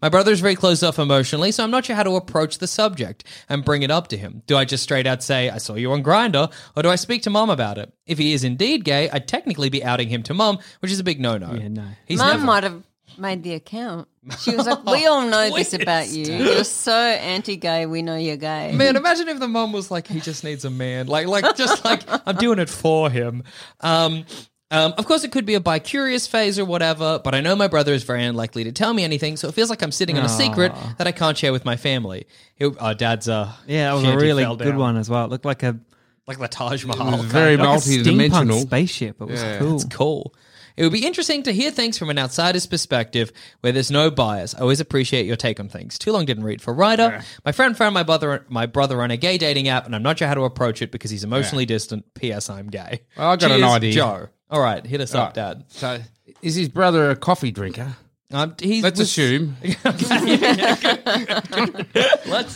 [SPEAKER 2] My brother's very closed off emotionally, so I'm not sure how to approach the subject and bring it up to him. Do I just straight out say, I saw you on Grinder, or do I speak to mom about it? If he is indeed gay, I'd technically be outing him to mom, which is a big no no. Yeah,
[SPEAKER 5] no.
[SPEAKER 2] He's
[SPEAKER 3] Mum
[SPEAKER 2] never-
[SPEAKER 3] might have made the account. She was like, "We all know this about you. You're so anti-gay. We know you're gay."
[SPEAKER 2] Man, imagine if the mom was like, he just needs a man. Like, like just like I'm doing it for him. Um, um, of course, it could be a bi-curious phase or whatever, but I know my brother is very unlikely to tell me anything, so it feels like I'm sitting on a secret that I can't share with my family. He, our dad's a
[SPEAKER 5] Yeah, that was a
[SPEAKER 2] shanty
[SPEAKER 5] really
[SPEAKER 2] fell
[SPEAKER 5] good
[SPEAKER 2] down.
[SPEAKER 5] one as well. It looked like a,
[SPEAKER 2] like the Taj
[SPEAKER 4] It
[SPEAKER 2] Mahal.
[SPEAKER 4] was very
[SPEAKER 5] like a
[SPEAKER 4] multi-dimensional.
[SPEAKER 5] steampunk spaceship. It was
[SPEAKER 4] Yeah.
[SPEAKER 5] cool.
[SPEAKER 2] It's cool. It would be interesting to hear things from an outsider's perspective where there's no bias. I always appreciate your take on things. Too long didn't read for Ryder. My friend found my brother my brother on a gay dating app, and I'm not sure how to approach it because he's emotionally distant. P.S. I'm gay.
[SPEAKER 4] Well, I got an
[SPEAKER 2] Cheers,
[SPEAKER 4] idea.
[SPEAKER 2] Joe. All right, hit us up, Dad.
[SPEAKER 4] So, is his brother a coffee drinker?
[SPEAKER 2] Um, he
[SPEAKER 4] Let's
[SPEAKER 2] was-
[SPEAKER 4] assume.
[SPEAKER 2] Let's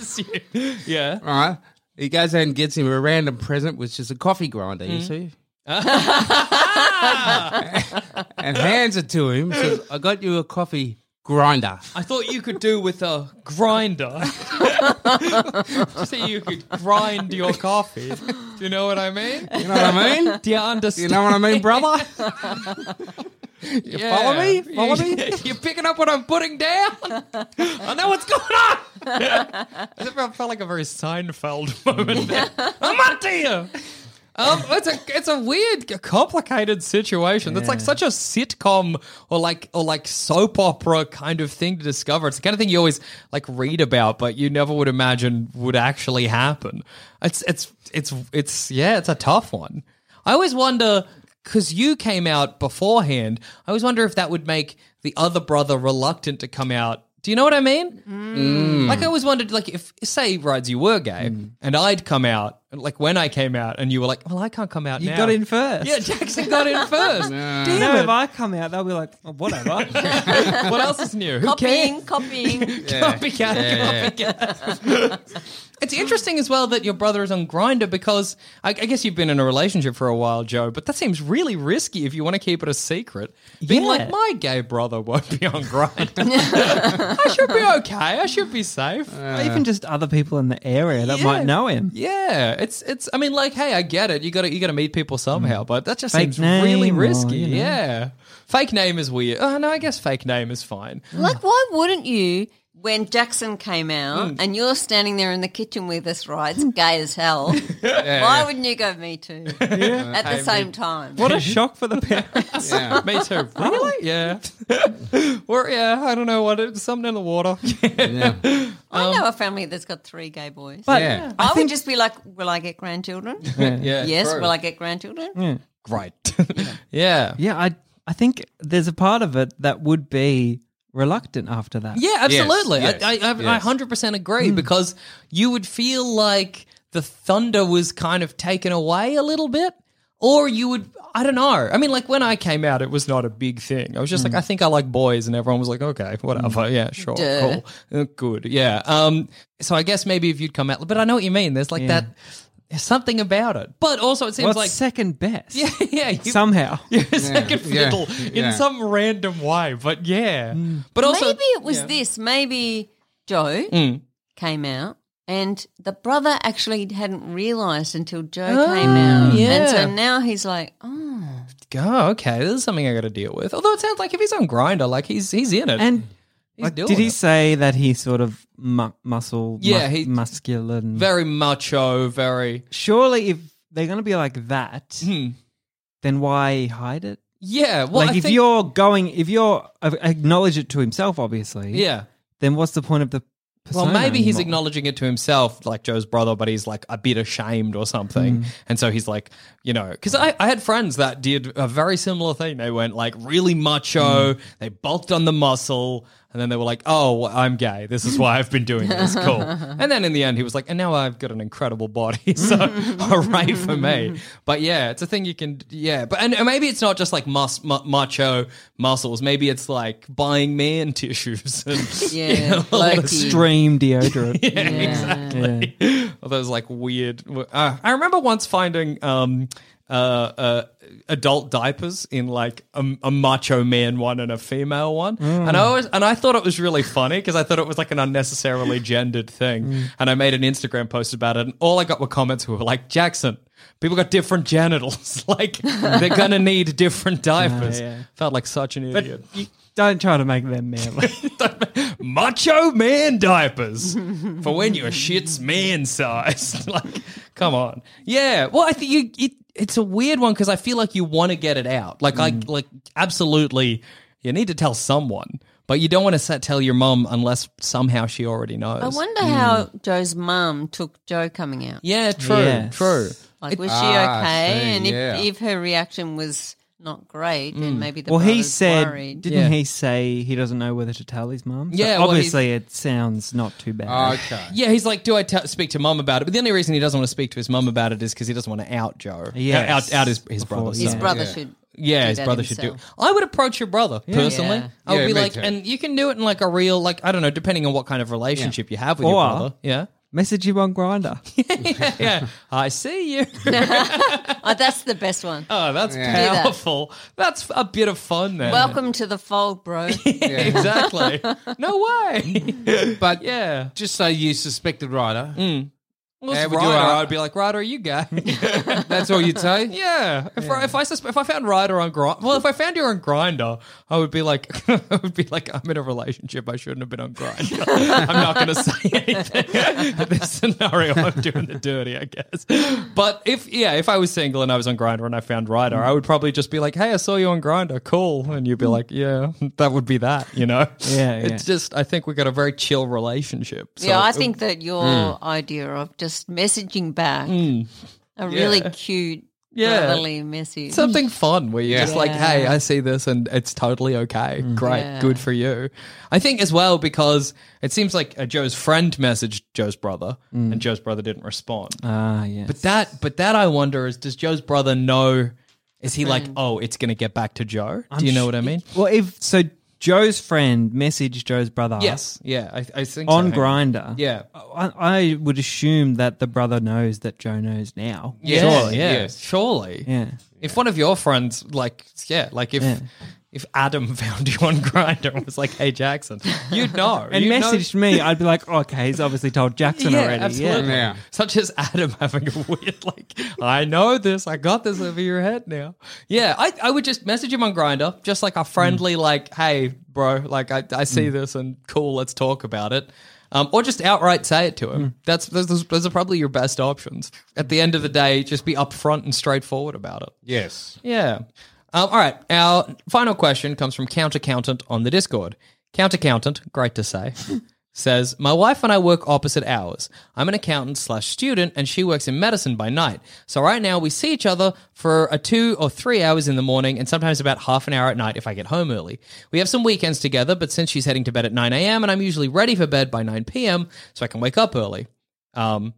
[SPEAKER 2] assume. Yeah.
[SPEAKER 4] All right. He goes out and gets him a random present, which is a coffee grinder, you see? and hands it to him. Says, I got you a coffee grinder.
[SPEAKER 2] I thought you could do with a grinder. See, you could grind your coffee. Do you know what I mean?
[SPEAKER 4] You know what I mean?
[SPEAKER 2] Do you understand?
[SPEAKER 4] You know what I mean, brother?
[SPEAKER 2] You
[SPEAKER 4] follow me? Follow me?
[SPEAKER 2] You're picking up what I'm putting down? I know what's going on. I just felt- felt like a very Seinfeld moment there. I'm up to you. Um, it's a it's a weird, complicated situation. That's like such a sitcom or like or like soap opera kind of thing to discover. It's the kind of thing you always like read about, but you never would imagine would actually happen. It's it's it's it's yeah, it's a tough one. I always wonder because you came out beforehand. I always wonder if that would make the other brother reluctant to come out. Do you know what I mean? Like I
[SPEAKER 5] Hmm.
[SPEAKER 2] always wondered, like if say rides you were gay and I'd come out, like when I came out, and you were like, "Well, I can't come out."
[SPEAKER 5] You
[SPEAKER 2] now."
[SPEAKER 5] got in first.
[SPEAKER 2] Yeah, Jackson got in first.
[SPEAKER 4] Uh.
[SPEAKER 5] Damn
[SPEAKER 2] Damn
[SPEAKER 5] no, if
[SPEAKER 2] it!
[SPEAKER 5] I come out, they'll be like, oh, whatever.
[SPEAKER 2] What else is new? Who cares?
[SPEAKER 3] Copying, copying.
[SPEAKER 2] Copycat, copycat. it's interesting as well that your brother is on Grinder because I, I guess you've been in a relationship for a while, Joe. But that seems really risky if you want to keep it a secret. Being
[SPEAKER 5] Yeah.
[SPEAKER 2] like my gay brother won't be on Grinder. I should be okay. I should be safe.
[SPEAKER 5] Even just other people in the area that might know him.
[SPEAKER 2] Yeah, it's it's. I mean, like, hey, I get it. You got to you got to meet people somehow, but that just
[SPEAKER 5] Mm. Fake
[SPEAKER 2] seems really
[SPEAKER 5] name or,
[SPEAKER 2] risky.
[SPEAKER 5] you know.
[SPEAKER 2] Yeah, fake name is weird. Oh no, I guess fake name is fine.
[SPEAKER 3] Like, why wouldn't you? When Jackson came
[SPEAKER 2] Hmm.
[SPEAKER 3] out and you're standing there in the kitchen with us, right? It's gay as hell. Why wouldn't you go me too at the same time?
[SPEAKER 5] What a shock for the parents.
[SPEAKER 4] Yeah.
[SPEAKER 2] Me too. Really? yeah. or yeah, I don't know what it's something in the water.
[SPEAKER 3] I
[SPEAKER 2] um,
[SPEAKER 3] know a family that's got three gay boys.
[SPEAKER 5] But
[SPEAKER 4] Yeah.
[SPEAKER 3] I, would just be like, "Will I get grandchildren?
[SPEAKER 2] yeah.
[SPEAKER 3] yes.
[SPEAKER 2] true.
[SPEAKER 3] Will I get grandchildren?
[SPEAKER 2] Great. yeah.
[SPEAKER 5] yeah, I I think there's a part of it that would be reluctant after that.
[SPEAKER 2] Yeah, absolutely.
[SPEAKER 4] yes,
[SPEAKER 2] I, I, I, I
[SPEAKER 4] yes. Hmm.
[SPEAKER 2] 100% agree because you would feel like the thunder was kind of taken away a little bit. Or you would, I don't know. I mean, like when I came out, it was not a big thing. I was just like,
[SPEAKER 4] Hmm.
[SPEAKER 2] I think I like boys, and everyone was like, okay, whatever, yeah, sure,
[SPEAKER 3] Duh.
[SPEAKER 2] cool, Uh, good, yeah. Um, so I guess maybe if you'd come out, but I know what you mean. There's like that, there's something about it. But also, it seems
[SPEAKER 5] What's
[SPEAKER 2] like
[SPEAKER 5] second best?
[SPEAKER 2] yeah, yeah, you-
[SPEAKER 5] Somehow.
[SPEAKER 2] second
[SPEAKER 4] yeah,
[SPEAKER 2] fiddle
[SPEAKER 4] yeah. Hmm.
[SPEAKER 2] in some random way. But yeah, but also Hmm.
[SPEAKER 3] Maybe it was this. Maybe Joe came out and the brother actually hadn't realised until Joe came out. And
[SPEAKER 2] Oh, yeah.
[SPEAKER 3] so now he's like, oh,
[SPEAKER 2] Oh, okay. This is something I got to deal with. Although it sounds like if he's on grinder, like he's he's in it.
[SPEAKER 5] And
[SPEAKER 2] he's
[SPEAKER 5] like,
[SPEAKER 2] doing
[SPEAKER 5] did he
[SPEAKER 2] it.
[SPEAKER 5] say that he sort of mu- muscle,
[SPEAKER 2] Yeah,
[SPEAKER 5] mu-
[SPEAKER 2] he-
[SPEAKER 5] muscular? And
[SPEAKER 2] very macho, very
[SPEAKER 5] surely, if they're going to be like that, then why hide it?
[SPEAKER 2] Yeah. Hmm. Well,
[SPEAKER 5] like
[SPEAKER 2] I
[SPEAKER 5] if
[SPEAKER 2] think-
[SPEAKER 5] you're going, if you're uh, acknowledge it to himself, obviously.
[SPEAKER 2] Yeah.
[SPEAKER 5] Then what's the point of the?
[SPEAKER 2] Well,
[SPEAKER 5] persona
[SPEAKER 2] maybe he's
[SPEAKER 5] anymore?
[SPEAKER 2] acknowledging it to himself, like Joe's brother, but he's like a bit ashamed or
[SPEAKER 5] Mm.
[SPEAKER 2] something. And so he's like, you know, because I, I had friends that did a very similar thing. They went like really macho,
[SPEAKER 5] Mm.
[SPEAKER 2] they bulked on the muscle, and then they were like, oh, well, I'm gay. This is why I've been doing this. Cool. and then in the end, he was like, and now I've got an incredible body. So hooray for me. But yeah, it's a thing you can, yeah. But and, and maybe it's not just like mus- mu- macho muscles. Maybe it's like buying man tissues and
[SPEAKER 3] Yeah,
[SPEAKER 2] you know, all
[SPEAKER 3] like
[SPEAKER 2] this
[SPEAKER 3] the-
[SPEAKER 5] extreme deodorant.
[SPEAKER 2] yeah, exactly. All those like weird. Uh, I remember once finding um, uh, uh, adult diapers in like a, a macho man one and a female one, and I always and I thought it was really funny because I thought it was like an unnecessarily gendered thing, and I made an Instagram post about it, and all I got were comments who were like Jackson. People got different genitals. like they're gonna need different diapers. Felt like such an idiot.
[SPEAKER 5] Don't try to make them manly.
[SPEAKER 2] macho man diapers for when your shit's man sized. like, come on. Yeah. Well, I think you. It, it's a weird one because I feel like you want to get it out. Like,
[SPEAKER 5] Mm.
[SPEAKER 2] I like absolutely. You need to tell someone, but you don't want to tell your mum unless somehow she already knows.
[SPEAKER 3] I wonder how Joe's mum took Joe coming out.
[SPEAKER 2] yeah. True.
[SPEAKER 5] Yes.
[SPEAKER 2] True.
[SPEAKER 3] Like, was she
[SPEAKER 4] Ah, I
[SPEAKER 3] okay?
[SPEAKER 4] see,
[SPEAKER 3] and if,
[SPEAKER 4] yeah.
[SPEAKER 3] if her reaction was not great, then maybe the
[SPEAKER 5] well, he
[SPEAKER 3] brother's
[SPEAKER 5] said,
[SPEAKER 3] worried.
[SPEAKER 5] didn't
[SPEAKER 2] Yeah.
[SPEAKER 5] he say he doesn't know whether to tell his mum? So
[SPEAKER 2] Yeah, well,
[SPEAKER 5] obviously it sounds not too bad.
[SPEAKER 4] Okay.
[SPEAKER 2] Yeah, he's like, do I t- speak to mum about it? But the only reason he doesn't want to speak to his mum about it is because he doesn't want to out Joe.
[SPEAKER 5] Yes.
[SPEAKER 2] Out, out his, his brother.
[SPEAKER 3] His
[SPEAKER 2] so.
[SPEAKER 3] brother should.
[SPEAKER 2] Yeah,
[SPEAKER 3] do
[SPEAKER 2] his
[SPEAKER 3] that
[SPEAKER 2] brother should do. it.
[SPEAKER 3] himself.
[SPEAKER 2] I would approach your brother personally.
[SPEAKER 3] Yeah.
[SPEAKER 2] I would
[SPEAKER 4] Yeah,
[SPEAKER 2] be
[SPEAKER 4] me
[SPEAKER 2] like,
[SPEAKER 4] too.
[SPEAKER 2] and you can do it in like a real, like I don't know, depending on what kind of relationship you have with your
[SPEAKER 5] Or-
[SPEAKER 2] brother. Yeah,
[SPEAKER 5] Message him on Grinder.
[SPEAKER 2] yeah. I see you.
[SPEAKER 3] Oh, that's the best one.
[SPEAKER 2] oh, that's
[SPEAKER 3] Do that.
[SPEAKER 2] powerful. That's a bit of fun there.
[SPEAKER 3] Welcome to the fold, bro.
[SPEAKER 2] exactly. No way.
[SPEAKER 4] But
[SPEAKER 2] yeah.
[SPEAKER 4] just say you suspect the rider.
[SPEAKER 2] Well,
[SPEAKER 4] Yeah,
[SPEAKER 2] it's
[SPEAKER 4] we do
[SPEAKER 2] Ryder,
[SPEAKER 4] our-
[SPEAKER 2] I'd be like, Ryder, are you gay?
[SPEAKER 4] That's all you'd say.
[SPEAKER 2] yeah. If, I if I suspe- if I found Ryder on Grinder, well, if I found you on Grinder, I would be like, I would be like, I'm in a relationship. I shouldn't have been on Grinder. I'm not going to say anything. In this scenario, I'm doing the dirty, I guess. But if yeah, if I was single and I was on Grinder and I found Ryder, I would probably just be like, Hey, I saw you on Grinder. Cool. And
[SPEAKER 4] Mm.
[SPEAKER 2] you'd be like, Yeah, that would be that. You know?
[SPEAKER 5] Yeah,
[SPEAKER 2] It's just I think we got a very chill relationship. So
[SPEAKER 3] yeah, I think that your idea of just messaging back a really cute,
[SPEAKER 2] Yeah.
[SPEAKER 3] brotherly message.
[SPEAKER 2] something fun where you're just like,
[SPEAKER 3] Yeah.
[SPEAKER 2] hey, I see this and it's totally okay. Great.
[SPEAKER 3] Yeah.
[SPEAKER 2] Good for you. I think as well because it seems like uh, Joe's friend messaged Joe's brother and Joe's brother didn't respond.
[SPEAKER 5] Ah, yeah.
[SPEAKER 2] but that but that I wonder is does Joe's brother know is he like, oh, it's gonna get back to Joe? Do you know what I mean?
[SPEAKER 5] Well, if so, Joe's friend messaged Joe's brother.
[SPEAKER 2] Yes. Yeah. I, I think
[SPEAKER 5] On
[SPEAKER 2] so.
[SPEAKER 5] Grinder.
[SPEAKER 2] Yeah.
[SPEAKER 5] I, I would assume that the brother knows that Joe knows now.
[SPEAKER 2] Yeah,
[SPEAKER 5] Surely.
[SPEAKER 2] yeah,
[SPEAKER 4] yes.
[SPEAKER 2] surely.
[SPEAKER 5] Yeah.
[SPEAKER 2] If one of your friends, like, yeah, like if
[SPEAKER 5] Yeah.
[SPEAKER 2] if Adam found you on Grinder and was like, "Hey, Jackson," you'd know,
[SPEAKER 5] And
[SPEAKER 2] You'd know-
[SPEAKER 5] messaged me, I'd be like, oh, okay, he's obviously told Jackson
[SPEAKER 2] yeah,
[SPEAKER 5] already.
[SPEAKER 2] absolutely.
[SPEAKER 5] Yeah.
[SPEAKER 4] Yeah.
[SPEAKER 2] Such as Adam having a weird, like, I know this, I got this over your head now. Yeah, I, I would just message him on Grinder, just like a friendly,
[SPEAKER 5] Mm.
[SPEAKER 2] like, hey, bro, like, I, I see this and cool, let's talk about it. Um, or just outright say it to
[SPEAKER 5] Mm.
[SPEAKER 2] him. That's those, those are probably your best options. At the end of the day, just be upfront and straightforward about it.
[SPEAKER 4] Yes.
[SPEAKER 2] Yeah. Um, all right. Our final question comes from Counter Accountant on the Discord. Counter Accountant, great to say, says, My wife and I work opposite hours. I'm an accountant slash student, and she works in medicine by night. So right now we see each other for a two or three hours in the morning and sometimes about half an hour at night if I get home early. We have some weekends together, but since she's heading to bed at 9 a.m. and I'm usually ready for bed by 9 p.m. so I can wake up early. Um,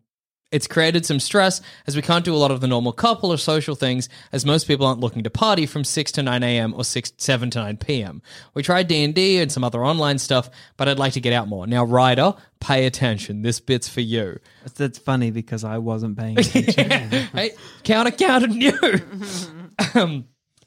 [SPEAKER 2] it's created some stress as we can't do a lot of the normal couple or social things as most people aren't looking to party from 6 to 9 a.m. or 6 7 to 9 p.m. We tried D&D and some other online stuff, but I'd like to get out more. Now Ryder, pay attention. This bit's for you.
[SPEAKER 5] That's, that's funny because I wasn't paying attention.
[SPEAKER 2] Hey, counter counter new. um,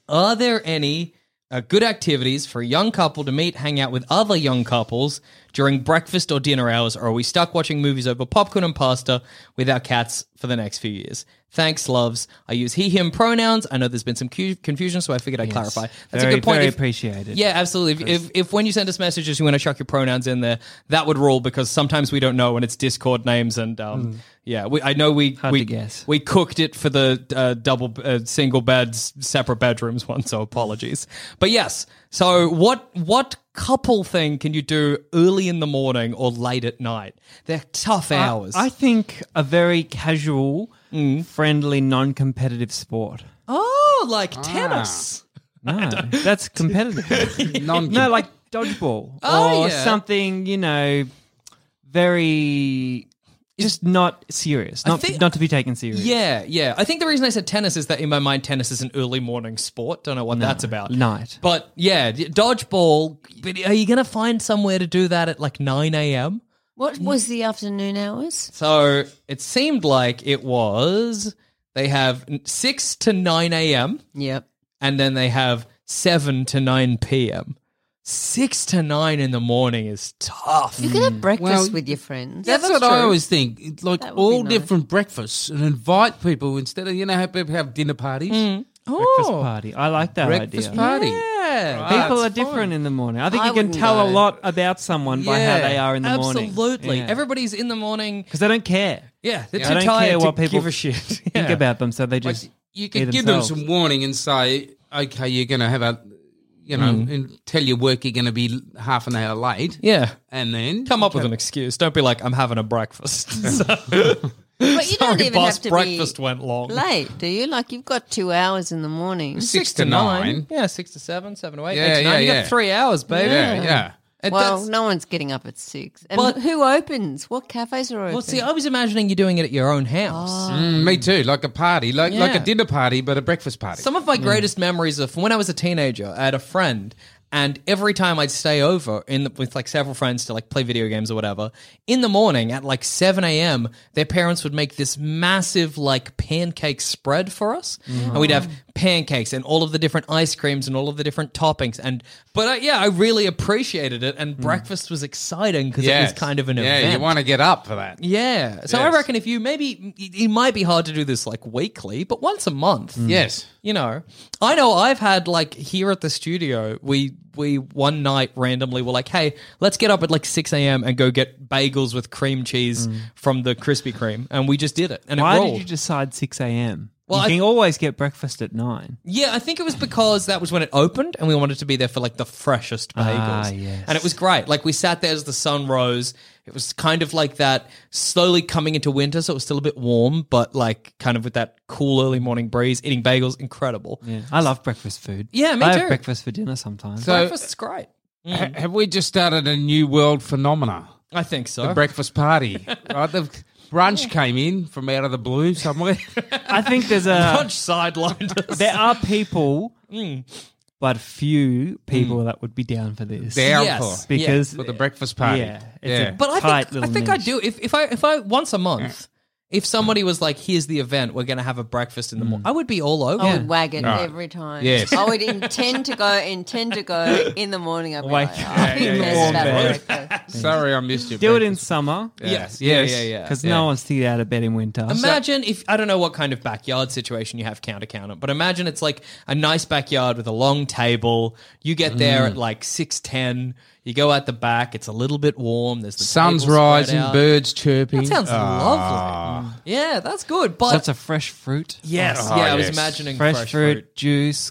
[SPEAKER 2] are there any uh, good activities for a young couple to meet, hang out with other young couples during breakfast or dinner hours, or are we stuck watching movies over popcorn and pasta with our cats for the next few years? Thanks, loves. I use he, him pronouns. I know there's been some cu- confusion, so I figured I'd clarify. That's
[SPEAKER 5] Very,
[SPEAKER 2] a good point.
[SPEAKER 5] very
[SPEAKER 2] If-
[SPEAKER 5] appreciated.
[SPEAKER 2] Yeah, absolutely. If, if, if when you send us messages, you want to chuck your pronouns in there, that would rule because sometimes we don't know when it's Discord names and um, yeah, we, I know we
[SPEAKER 5] Hmm. Hard
[SPEAKER 2] we
[SPEAKER 5] to guess.
[SPEAKER 2] we cooked it for the uh, double uh, single beds, separate bedrooms one. So apologies, but yes. So what what couple thing can you do early in the morning or late at night? They're tough
[SPEAKER 5] I-
[SPEAKER 2] hours.
[SPEAKER 5] I, think a very casual,
[SPEAKER 2] Mm.
[SPEAKER 5] friendly, non-competitive sport.
[SPEAKER 2] oh, like tennis.
[SPEAKER 5] No, that's competitive.
[SPEAKER 4] Non-
[SPEAKER 5] no, like dodgeball
[SPEAKER 2] Oh,
[SPEAKER 5] or
[SPEAKER 2] yeah.
[SPEAKER 5] something. You know, very just not serious. Not
[SPEAKER 2] think-
[SPEAKER 5] not to be taken serious.
[SPEAKER 2] Yeah, yeah. I think the reason I said tennis is that in my mind, tennis is an early morning sport. Don't know what that's about.
[SPEAKER 5] night.
[SPEAKER 2] But yeah, d- dodgeball. But are you going to find somewhere to do that at like 9 a.m.?
[SPEAKER 3] What was the afternoon hours?
[SPEAKER 2] So it seemed like it was they have 6 to 9 a.m.
[SPEAKER 3] Yep.
[SPEAKER 2] and then they have 7 to 9 p.m. 6 to 9 in the morning is tough.
[SPEAKER 3] You can have breakfast
[SPEAKER 4] Well,
[SPEAKER 3] with your friends.
[SPEAKER 4] That's, what I always think. It's Like
[SPEAKER 3] That would be
[SPEAKER 4] all
[SPEAKER 3] nice.
[SPEAKER 4] different breakfasts and invite people instead of, you know, how people have dinner parties?
[SPEAKER 5] Breakfast party. I like that
[SPEAKER 4] breakfast
[SPEAKER 5] idea.
[SPEAKER 4] party.
[SPEAKER 2] Yeah.
[SPEAKER 5] People
[SPEAKER 4] That's
[SPEAKER 5] are different in the morning. I think
[SPEAKER 3] I
[SPEAKER 5] you can
[SPEAKER 3] wouldn't
[SPEAKER 5] tell a
[SPEAKER 3] know.
[SPEAKER 5] lot about someone by how
[SPEAKER 2] Yeah,
[SPEAKER 5] they are in the
[SPEAKER 2] absolutely.
[SPEAKER 5] morning.
[SPEAKER 2] Everybody's in the morning.
[SPEAKER 5] because they don't care.
[SPEAKER 2] Yeah, they're
[SPEAKER 5] Yeah.
[SPEAKER 2] too
[SPEAKER 5] I don't
[SPEAKER 2] tired
[SPEAKER 5] care
[SPEAKER 2] to
[SPEAKER 5] what people
[SPEAKER 2] give a shit.
[SPEAKER 5] Think
[SPEAKER 2] Yeah.
[SPEAKER 5] about them, so they
[SPEAKER 4] Like,
[SPEAKER 5] just
[SPEAKER 4] you
[SPEAKER 5] be
[SPEAKER 4] could give them
[SPEAKER 5] themselves.
[SPEAKER 4] some warning and say, okay, you're going to have a, you know, and tell your work you're going to be half an hour late.
[SPEAKER 2] Yeah.
[SPEAKER 4] And then
[SPEAKER 2] Come up with an excuse. Don't be like, I'm having a breakfast.
[SPEAKER 3] But you don't
[SPEAKER 2] Sorry,
[SPEAKER 3] even
[SPEAKER 2] boss,
[SPEAKER 3] have to
[SPEAKER 2] breakfast
[SPEAKER 3] be
[SPEAKER 2] went long.
[SPEAKER 3] late, do you? Like you've got two hours in the morning.
[SPEAKER 4] six, to nine.
[SPEAKER 2] Yeah, six to seven, seven to eight,
[SPEAKER 4] Yeah,
[SPEAKER 2] eight to nine.
[SPEAKER 4] yeah,
[SPEAKER 2] you
[SPEAKER 4] yeah.
[SPEAKER 2] got three hours, baby.
[SPEAKER 4] Yeah, yeah.
[SPEAKER 2] And
[SPEAKER 3] Well,
[SPEAKER 2] that's-
[SPEAKER 3] no one's getting up at six. And
[SPEAKER 2] But-
[SPEAKER 3] who opens? What cafes are open?
[SPEAKER 2] well, see, I was imagining you doing it at your own house.
[SPEAKER 4] Mm, me too. Like a party, like like
[SPEAKER 2] Yeah.
[SPEAKER 4] a dinner party, but a breakfast party.
[SPEAKER 2] Some of my greatest memories are from when I was a teenager. I had a friend, and every time I'd stay over in the, with like several friends to like play video games or whatever, in the morning at like seven a.m., their parents would make this massive like pancake spread for us, and we'd have
[SPEAKER 4] Mm-hmm.
[SPEAKER 2] pancakes and all of the different ice creams and all of the different toppings. And but I, yeah, I really appreciated it, and breakfast was exciting because it was kind of an
[SPEAKER 4] Mm. yeah.
[SPEAKER 2] event. Mm.
[SPEAKER 4] You want to get up for that?
[SPEAKER 2] Yeah. So I
[SPEAKER 4] Yes.
[SPEAKER 2] reckon if you maybe it might be hard to do this like weekly, but once a month.
[SPEAKER 4] Yes.
[SPEAKER 2] You know, I know I've had like here at the studio, we we one night randomly were like, hey, let's get up at like six a.m. and go get bagels with cream cheese from the Krispy Kreme, and we just did it, and
[SPEAKER 5] Mm.
[SPEAKER 2] it
[SPEAKER 5] Why did
[SPEAKER 2] rolled.
[SPEAKER 5] you decide 6 a.m.?
[SPEAKER 2] Well,
[SPEAKER 5] you
[SPEAKER 2] I-
[SPEAKER 5] can always get breakfast at 9.
[SPEAKER 2] yeah, I think it was because that was when it opened, and we wanted to be there for like the freshest bagels,
[SPEAKER 5] Ah, yes.
[SPEAKER 2] and it was great. Like we sat there as the sun rose. It was kind of like that slowly coming into winter, so it was still a bit warm, but like kind of with that cool early morning breeze. Eating bagels, incredible.
[SPEAKER 5] Yeah. I love breakfast food.
[SPEAKER 2] Yeah, me
[SPEAKER 5] I
[SPEAKER 2] too.
[SPEAKER 5] have breakfast for dinner sometimes.
[SPEAKER 4] So-
[SPEAKER 2] Breakfast's great.
[SPEAKER 4] Ha- have we just started a new world phenomena?
[SPEAKER 2] I think so.
[SPEAKER 4] The breakfast party, right? The brunch came in from out of the blue somewhere.
[SPEAKER 5] I think there's a
[SPEAKER 2] Punch sidelined us.
[SPEAKER 5] there are people
[SPEAKER 2] Mm.
[SPEAKER 5] but few people that would be down for this.
[SPEAKER 4] Down
[SPEAKER 2] Yes.
[SPEAKER 4] for
[SPEAKER 5] because
[SPEAKER 4] for the breakfast party.
[SPEAKER 5] Yeah. It's a-
[SPEAKER 4] yeah.
[SPEAKER 2] But I
[SPEAKER 5] tight
[SPEAKER 2] think I
[SPEAKER 5] little
[SPEAKER 2] think I
[SPEAKER 5] niche.
[SPEAKER 2] do. If if I if I once a
[SPEAKER 4] Mm.
[SPEAKER 2] month, if somebody was like, "Here's the event. We're going to have a breakfast in the morning," I would be all over.
[SPEAKER 3] I would wag it every time.
[SPEAKER 4] Yes.
[SPEAKER 3] I would intend to go, intend to go in the morning. I'd be
[SPEAKER 5] Wake
[SPEAKER 3] like,
[SPEAKER 5] up
[SPEAKER 3] "Oh,
[SPEAKER 5] in the
[SPEAKER 3] yes,
[SPEAKER 5] warm
[SPEAKER 3] that
[SPEAKER 5] bed."
[SPEAKER 3] breakfast."
[SPEAKER 4] Sorry, I missed you.
[SPEAKER 5] do it in summer.
[SPEAKER 4] Yes.
[SPEAKER 2] Yeah,
[SPEAKER 4] Yes.
[SPEAKER 2] yeah, yeah.
[SPEAKER 5] Because no one's to get out of bed in winter.
[SPEAKER 2] Imagine if I don't know what kind of backyard situation you have counter counter, but imagine it's like a nice backyard with a long table. You get there at like six ten. You go out the back. It's a little bit warm. There's the
[SPEAKER 4] Sun's
[SPEAKER 2] table spread
[SPEAKER 4] rising,
[SPEAKER 2] out.
[SPEAKER 4] birds chirping.
[SPEAKER 2] That sounds
[SPEAKER 4] Ah.
[SPEAKER 2] lovely. Yeah, that's good. But
[SPEAKER 5] Lots of fresh fruit.
[SPEAKER 2] yes,
[SPEAKER 4] Oh,
[SPEAKER 2] yeah, I was
[SPEAKER 4] yes.
[SPEAKER 2] imagining
[SPEAKER 5] Fresh,
[SPEAKER 2] fresh,
[SPEAKER 5] fruit,
[SPEAKER 2] fruit, Mm-hmm. Mm.
[SPEAKER 5] juice,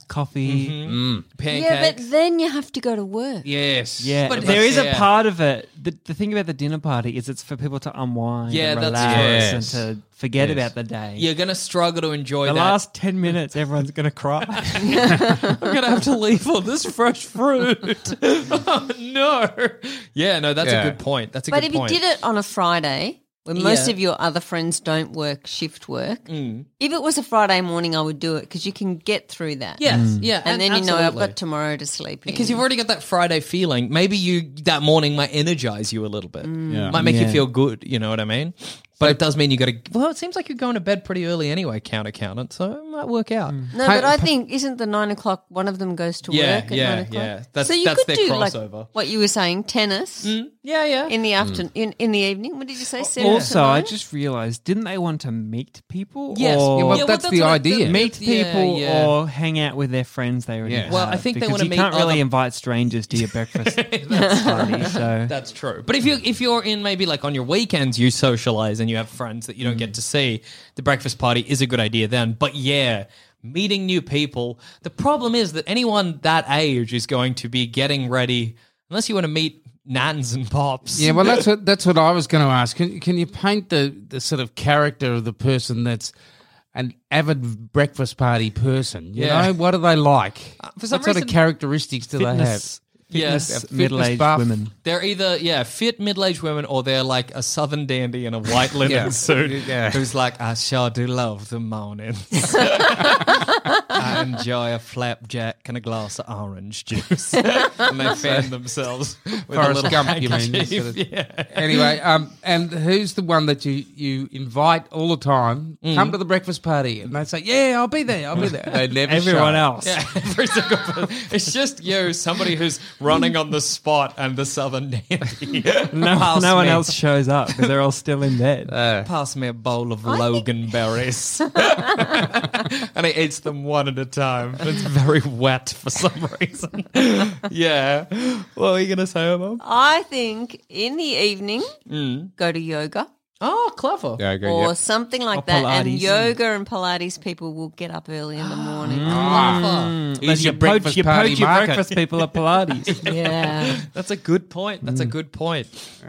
[SPEAKER 5] coffee. Mm.
[SPEAKER 2] pancakes.
[SPEAKER 3] Yeah, but then you have to go to work.
[SPEAKER 4] Yes.
[SPEAKER 5] Yeah,
[SPEAKER 2] But
[SPEAKER 5] but there is
[SPEAKER 2] yeah.
[SPEAKER 5] a part of it. The, the thing about the dinner party is it's for people to unwind,
[SPEAKER 2] Yeah,
[SPEAKER 5] and
[SPEAKER 2] that's
[SPEAKER 5] relax,
[SPEAKER 4] true. Yes.
[SPEAKER 5] and to forget
[SPEAKER 4] Yes.
[SPEAKER 5] about the day.
[SPEAKER 2] You're gonna struggle to enjoy
[SPEAKER 5] the
[SPEAKER 2] that.
[SPEAKER 5] last ten minutes, everyone's gonna cry.
[SPEAKER 2] I'm gonna have to leave all this fresh fruit. oh, no. Yeah, no, that's
[SPEAKER 4] Yeah.
[SPEAKER 2] a good point. That's a
[SPEAKER 3] But
[SPEAKER 2] good
[SPEAKER 3] if
[SPEAKER 2] point.
[SPEAKER 3] you did it on a Friday, when
[SPEAKER 2] Yeah.
[SPEAKER 3] most
[SPEAKER 2] Mm.
[SPEAKER 3] of your other friends don't work shift work, if it was a Friday morning, I would do it because you can get through that.
[SPEAKER 2] yes, yeah,
[SPEAKER 3] And, then you know I've got
[SPEAKER 2] to
[SPEAKER 3] tomorrow to sleep.
[SPEAKER 2] because
[SPEAKER 3] in.
[SPEAKER 2] you've already got that Friday feeling.
[SPEAKER 3] Mm.
[SPEAKER 2] Maybe you that morning might energize you a little bit. Might make you
[SPEAKER 5] Yeah.
[SPEAKER 2] feel good. You know what I mean? But it does mean you got to. Well, it seems like you're going to bed pretty early anyway, count accountant. So it might work out.
[SPEAKER 3] Mm. No, but I think isn't the nine o'clock one of them goes to
[SPEAKER 2] Yeah,
[SPEAKER 3] work at
[SPEAKER 2] yeah,
[SPEAKER 3] nine o'clock?
[SPEAKER 2] yeah. That's-
[SPEAKER 3] so you
[SPEAKER 2] that's
[SPEAKER 3] could
[SPEAKER 2] their
[SPEAKER 3] do
[SPEAKER 2] crossover.
[SPEAKER 3] like what you were saying, tennis
[SPEAKER 2] Yeah, yeah.
[SPEAKER 3] in the afternoon, in, in the evening. What did you say? Seven to
[SPEAKER 5] Also, I
[SPEAKER 3] nine?
[SPEAKER 5] just realized, didn't they want to meet people?
[SPEAKER 2] Yes.
[SPEAKER 4] Yeah,
[SPEAKER 5] Or
[SPEAKER 4] well,
[SPEAKER 2] Yeah, well,
[SPEAKER 4] that's,
[SPEAKER 2] that's
[SPEAKER 4] the
[SPEAKER 2] what I-
[SPEAKER 4] idea.
[SPEAKER 2] that-
[SPEAKER 5] meet
[SPEAKER 2] Yeah,
[SPEAKER 5] people
[SPEAKER 2] yeah.
[SPEAKER 5] or hang out with their friends they already
[SPEAKER 4] Yeah.
[SPEAKER 5] have.
[SPEAKER 2] Well, I think they
[SPEAKER 5] because
[SPEAKER 2] wanna
[SPEAKER 5] you
[SPEAKER 2] meet
[SPEAKER 5] can't really
[SPEAKER 2] other-
[SPEAKER 5] invite strangers to your breakfast party. So
[SPEAKER 2] That's true. But if you if you're in maybe like on your weekends you socialize and you have friends that you don't
[SPEAKER 4] Mm.
[SPEAKER 2] get to see, the breakfast party is a good idea then. But yeah, meeting new people. The problem is that anyone that age is going to be getting ready unless you want to meet nans and pops.
[SPEAKER 4] Yeah, well, that's what that's what I was going to ask. Can can you paint the the sort of character of the person that's an avid breakfast party person? You
[SPEAKER 2] Yeah.
[SPEAKER 4] know, what are they like?
[SPEAKER 2] for some
[SPEAKER 4] what sort of
[SPEAKER 2] reason-
[SPEAKER 4] characteristics do
[SPEAKER 5] fitness,
[SPEAKER 2] Yes.
[SPEAKER 5] fitness,
[SPEAKER 2] Fitness
[SPEAKER 5] middle-aged
[SPEAKER 4] buff.
[SPEAKER 5] women.
[SPEAKER 2] They're either yeah fit middle aged women or they're like a southern dandy in a white linen
[SPEAKER 4] Yeah.
[SPEAKER 2] suit
[SPEAKER 4] Yeah.
[SPEAKER 2] who's like I sure do love the mornings. I enjoy a flapjack and a glass of orange juice, and they fan themselves with a
[SPEAKER 4] Forrest
[SPEAKER 2] little
[SPEAKER 4] Gump, you mean,
[SPEAKER 2] handkerchief.
[SPEAKER 4] sort of-
[SPEAKER 2] yeah.
[SPEAKER 4] they have? Anyway, um, and who's the one that you you invite all the time? Come to the breakfast party, and they say, "Yeah, I'll be there. I'll be there." They never
[SPEAKER 5] Everyone
[SPEAKER 4] show.
[SPEAKER 5] else.
[SPEAKER 2] Yeah, every single person. It's just you, somebody who's running on the spot, and the southern dandy.
[SPEAKER 5] No,
[SPEAKER 2] Pass
[SPEAKER 5] no one
[SPEAKER 2] me-
[SPEAKER 5] else shows up because they're all still in bed.
[SPEAKER 2] Pass me a bowl of Logan berries. and he eats them one at a time. It's very wet for some reason. yeah. What are you going to say, Mum?
[SPEAKER 3] I think in the evening, go to yoga
[SPEAKER 2] Oh, clever.
[SPEAKER 4] Yeah, okay,
[SPEAKER 3] or
[SPEAKER 4] yep.
[SPEAKER 3] something like that.
[SPEAKER 5] Pilates.
[SPEAKER 3] And yoga and Pilates people will get up early in the morning.
[SPEAKER 2] Ah.
[SPEAKER 5] Mm.
[SPEAKER 4] Here's Mm. your
[SPEAKER 5] poach-
[SPEAKER 4] breakfast
[SPEAKER 5] you
[SPEAKER 4] party
[SPEAKER 5] poach your
[SPEAKER 4] market.
[SPEAKER 5] breakfast people at Pilates.
[SPEAKER 3] yeah.
[SPEAKER 2] That's a good point. That's a good point.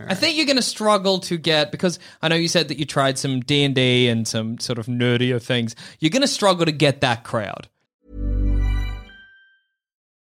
[SPEAKER 2] I think you're going to struggle to get because I know you said that you tried some D and D and some sort of nerdier things. You're going to struggle to get that crowd.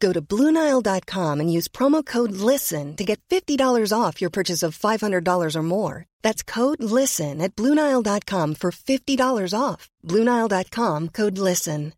[SPEAKER 6] Go to BlueNile.com and use promo code LISTEN to get $50 off your purchase of $500 or more. That's code LISTEN at BlueNile.com for $50 off. BlueNile.com code LISTEN.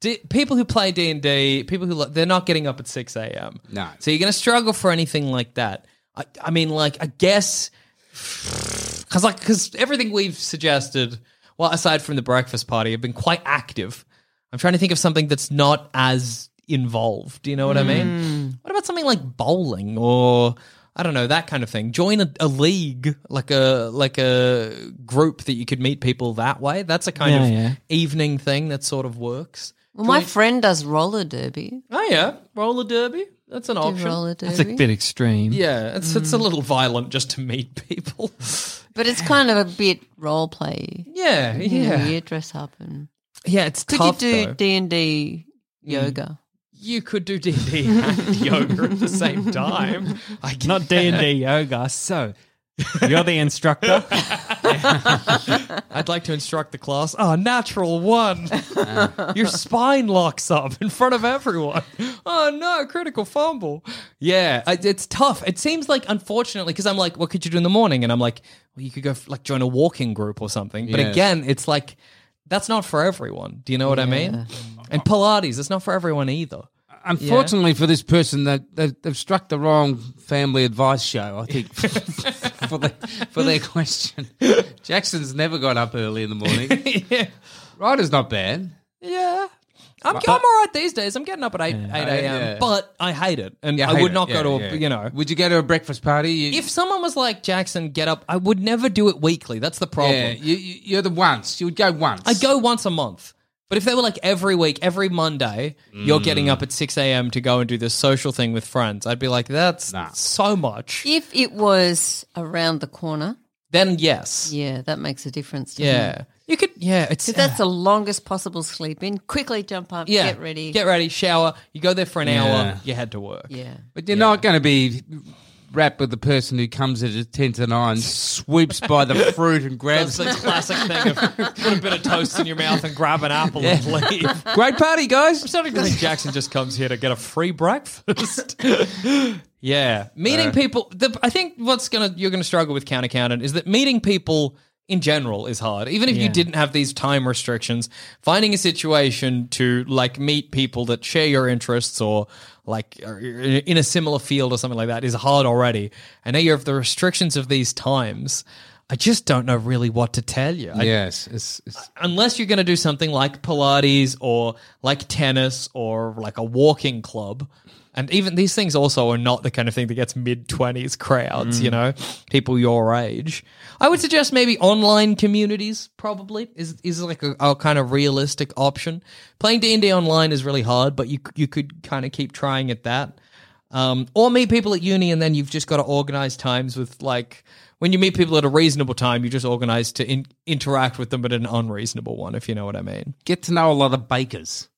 [SPEAKER 2] D- people who play D and D, people who lo- they're not getting up at six a.m.
[SPEAKER 4] No.
[SPEAKER 2] so you're going to struggle for anything like that. I, I mean, like I guess because like because everything we've suggested, well, aside from the breakfast party, have been quite active. I'm trying to think of something that's not as involved. Do you know what I
[SPEAKER 5] Hmm.
[SPEAKER 2] mean? What about something like bowling or I don't know that kind of thing? Join a, a league, like a like a group that you could meet people that way. That's a kind
[SPEAKER 5] Yeah,
[SPEAKER 2] of
[SPEAKER 5] yeah.
[SPEAKER 2] evening thing that sort of works.
[SPEAKER 3] Well, my friend does roller derby.
[SPEAKER 2] Oh yeah, roller derby. That's an
[SPEAKER 3] Do
[SPEAKER 2] option.
[SPEAKER 3] roller
[SPEAKER 5] It's a
[SPEAKER 3] derby.
[SPEAKER 5] bit extreme.
[SPEAKER 2] Yeah, it's it's a little violent just to meet people.
[SPEAKER 3] but it's kind of a bit role play.
[SPEAKER 2] yeah,
[SPEAKER 3] You know,
[SPEAKER 2] yeah,
[SPEAKER 3] you dress up and
[SPEAKER 2] yeah. It's
[SPEAKER 3] could
[SPEAKER 2] tough.
[SPEAKER 3] you do
[SPEAKER 2] though. Mm.
[SPEAKER 3] D and D yoga?
[SPEAKER 2] you could do D and D and yoga at the same time. I
[SPEAKER 5] Not D and D yoga. So you're the instructor.
[SPEAKER 2] I'd like to instruct the class. Oh, natural one. Your spine locks up in front of everyone. Oh, no, critical fumble. Yeah, I- it's tough. It seems like, unfortunately, because I'm like, what could you do in the morning? And I'm like, well, you could go f- like join a walking group or something. But
[SPEAKER 7] Yes.
[SPEAKER 2] again, it's like, that's not for everyone. Do you know what I mean? And Pilates, it's not for everyone either.
[SPEAKER 4] Unfortunately for this person, that they, they've struck the wrong family advice show. I think for the, for their question, Jackson's never got up early in the morning. Ryder's not bad.
[SPEAKER 2] Yeah. I'm,
[SPEAKER 4] But-
[SPEAKER 2] I'm all right these days. I'm getting up at 8, 8 a.m.,
[SPEAKER 4] Yeah.
[SPEAKER 2] but I hate it. And
[SPEAKER 4] Yeah,
[SPEAKER 2] I
[SPEAKER 4] hate
[SPEAKER 2] would
[SPEAKER 4] it.
[SPEAKER 2] not
[SPEAKER 4] Yeah,
[SPEAKER 2] go to, a,
[SPEAKER 4] yeah.
[SPEAKER 2] you know.
[SPEAKER 4] Would you go to a breakfast party? You,
[SPEAKER 2] If someone was like, Jackson, get up, I would never do it weekly. That's the problem.
[SPEAKER 4] Yeah, you, you- you're the once. You would go once.
[SPEAKER 2] I'd go once a month. But if they were like every week, every Monday, you're
[SPEAKER 4] Mm.
[SPEAKER 2] getting up at 6 a.m. to go and do this social thing with friends, I'd be like, that's so much.
[SPEAKER 3] If it was around the corner,
[SPEAKER 2] then yes.
[SPEAKER 3] Yeah, that makes a difference. doesn't
[SPEAKER 2] Yeah.
[SPEAKER 3] it?
[SPEAKER 2] You could, yeah, it's.
[SPEAKER 3] 'Cause that's the longest possible sleep in. Quickly jump up,
[SPEAKER 2] Yeah.
[SPEAKER 3] get ready.
[SPEAKER 2] Get ready, shower. You go there for an
[SPEAKER 4] Yeah.
[SPEAKER 2] hour, you head to work.
[SPEAKER 3] Yeah.
[SPEAKER 4] But you're not going to be wrapped with the person who comes at a ten to nine, swoops by the fruit and grabs
[SPEAKER 2] That's the classic thing of put a bit of toast in your mouth and grab an apple and leave.
[SPEAKER 4] Great party, guys.
[SPEAKER 2] I'm starting to think Jackson just comes here to get a free breakfast. yeah, meeting
[SPEAKER 7] Uh.
[SPEAKER 2] people. The, I think what's gonna you're gonna struggle with counter counted is that meeting people in general is hard. Even if you
[SPEAKER 7] Yeah.
[SPEAKER 2] didn't have these time restrictions, finding a situation to like meet people that share your interests or like are in a similar field or something like that is hard already. And now you have the restrictions of these times. I just don't know really what to tell you. I-
[SPEAKER 4] Yes, it's, it's
[SPEAKER 2] unless you're going to do something like Pilates or like tennis or like a walking club. And even these things also are not the kind of thing that gets mid 20s crowds,
[SPEAKER 7] Mm.
[SPEAKER 2] you know, people your age. I would suggest maybe online communities probably is is like a, a kind of realistic option. Playing D&D online is really hard, but you c- you could kind of keep trying at that. Um, or meet people at uni and then you've just got to organize times with like when you meet people at a reasonable time, you just organize to in- interact with them at an unreasonable one, if you know what I mean.
[SPEAKER 4] Get to know a lot of bakers.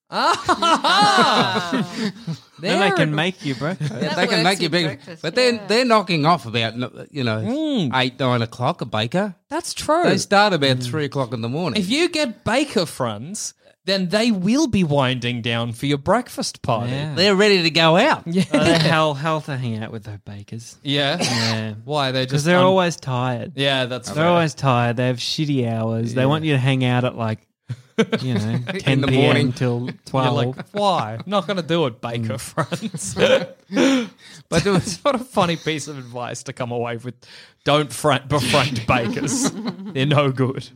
[SPEAKER 5] Then they can make you breakfast.
[SPEAKER 4] Yeah, they can make you bigger, but then they're knocking off about you know eight nine o'clock a baker.
[SPEAKER 2] That's Mm. true. Mm.
[SPEAKER 4] They start about three o'clock in the morning.
[SPEAKER 2] If you get baker friends, then they will be winding down for your breakfast party.
[SPEAKER 4] They're ready to go out.
[SPEAKER 2] Yeah.
[SPEAKER 5] Oh, they're hell, hell to hang out with their bakers.
[SPEAKER 2] Yeah.
[SPEAKER 5] Yeah.
[SPEAKER 2] Why they
[SPEAKER 5] Because
[SPEAKER 2] just
[SPEAKER 5] they're
[SPEAKER 2] un-
[SPEAKER 5] always tired.
[SPEAKER 2] Yeah, that's
[SPEAKER 5] They're
[SPEAKER 2] fair.
[SPEAKER 5] always tired. They have shitty hours. They want you to hang out at like, you know, 10
[SPEAKER 2] the
[SPEAKER 5] p.m.
[SPEAKER 2] morning.
[SPEAKER 5] till
[SPEAKER 2] You're
[SPEAKER 5] 12.
[SPEAKER 2] like, why? not going to do it,
[SPEAKER 5] Mm.
[SPEAKER 2] Baker friends. but it's what a funny piece of advice to come away with. Don't front, befriend bakers. They're no good.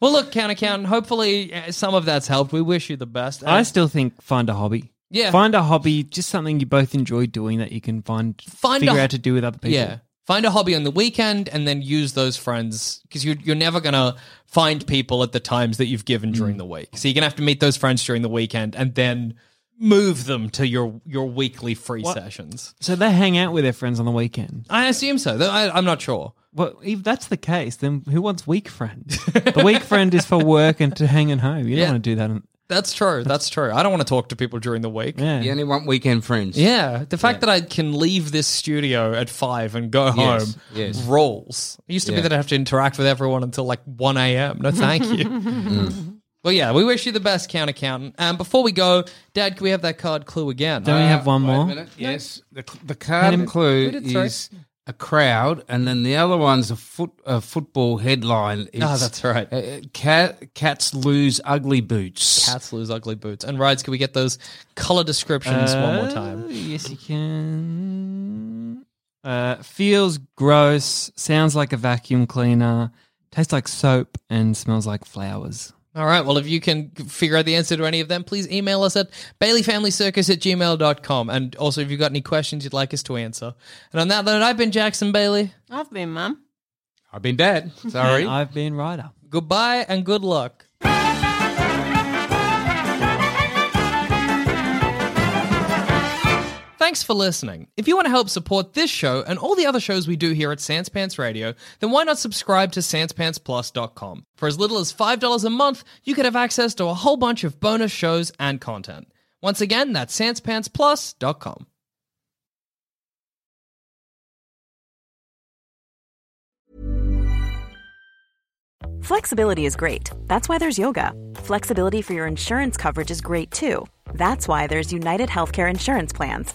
[SPEAKER 2] Well, look, Count Accountant, hopefully uh, some of that's helped. We wish you the best.
[SPEAKER 5] I
[SPEAKER 2] And
[SPEAKER 5] still think find a hobby.
[SPEAKER 2] Yeah.
[SPEAKER 5] Find a hobby, just something you both enjoy doing that you can find,
[SPEAKER 2] Find a
[SPEAKER 5] figure
[SPEAKER 2] ho-
[SPEAKER 5] out to do with other people.
[SPEAKER 2] Yeah. Find a hobby on the weekend and then use those friends because you're, you're never going to find people at the times that you've given
[SPEAKER 5] Mm.
[SPEAKER 2] during the week. So you're going to have to meet those friends during the weekend and then move them to your, your weekly free
[SPEAKER 5] What-
[SPEAKER 2] sessions.
[SPEAKER 5] So they hang out with their friends on the weekend.
[SPEAKER 2] I assume so. though I, I'm not sure.
[SPEAKER 5] Well, if that's the case, then who wants weak friend? the weak friend is for work and to hang at home. You
[SPEAKER 2] Yeah. Uh,
[SPEAKER 5] don't want to do that. on-
[SPEAKER 2] That's true. That's true. I don't want to talk to people during the week.
[SPEAKER 5] Yeah.
[SPEAKER 4] You only want weekend friends.
[SPEAKER 2] Yeah, the fact that I can leave this studio at five and go home
[SPEAKER 4] Yes, yes.
[SPEAKER 2] rolls. It used to be
[SPEAKER 4] Yeah.
[SPEAKER 2] that I have to interact with everyone until like one a.m. No, thank you. Well, yeah, we wish you the best, Count Accountant. And um, before we go, Dad, can we have that card clue again? Ah,
[SPEAKER 5] Don't we have one more?
[SPEAKER 4] Yes, the, the
[SPEAKER 5] Hang
[SPEAKER 4] card
[SPEAKER 5] on.
[SPEAKER 4] clue
[SPEAKER 2] We did, sorry.
[SPEAKER 4] is a crowd, and then the other one's a foot a football headline. It's,
[SPEAKER 2] Oh, that's right.
[SPEAKER 4] Uh, cat, cats lose ugly boots.
[SPEAKER 2] Cats lose ugly boots. And rides, can we get those color descriptions one more
[SPEAKER 5] Uh,
[SPEAKER 2] time?
[SPEAKER 5] Yes, you can. Uh, feels gross. Sounds like a vacuum cleaner. Tastes like soap and smells like flowers.
[SPEAKER 2] All right. Well, if you can figure out the answer to any of them, please email us at baileyfamilycircus at gmail.com. And also, if you've got any questions you'd like us to answer. And on that note, I've been Jackson Bailey.
[SPEAKER 3] I've been mum.
[SPEAKER 4] I've been dead. Sorry.
[SPEAKER 5] And I've been Ryder.
[SPEAKER 2] Goodbye and good luck. Thanks for listening. If you want to help support this show and all the other shows we do here at Sans Pants Radio, then why not subscribe to SansPantsPlus.com? For as little as $5 a month, you could have access to a whole bunch of bonus shows and content. Once again, that's SansPantsPlus.com.
[SPEAKER 8] Flexibility is great. That's why there's yoga. Flexibility for your insurance coverage is great too. That's why there's United Healthcare Insurance Plans.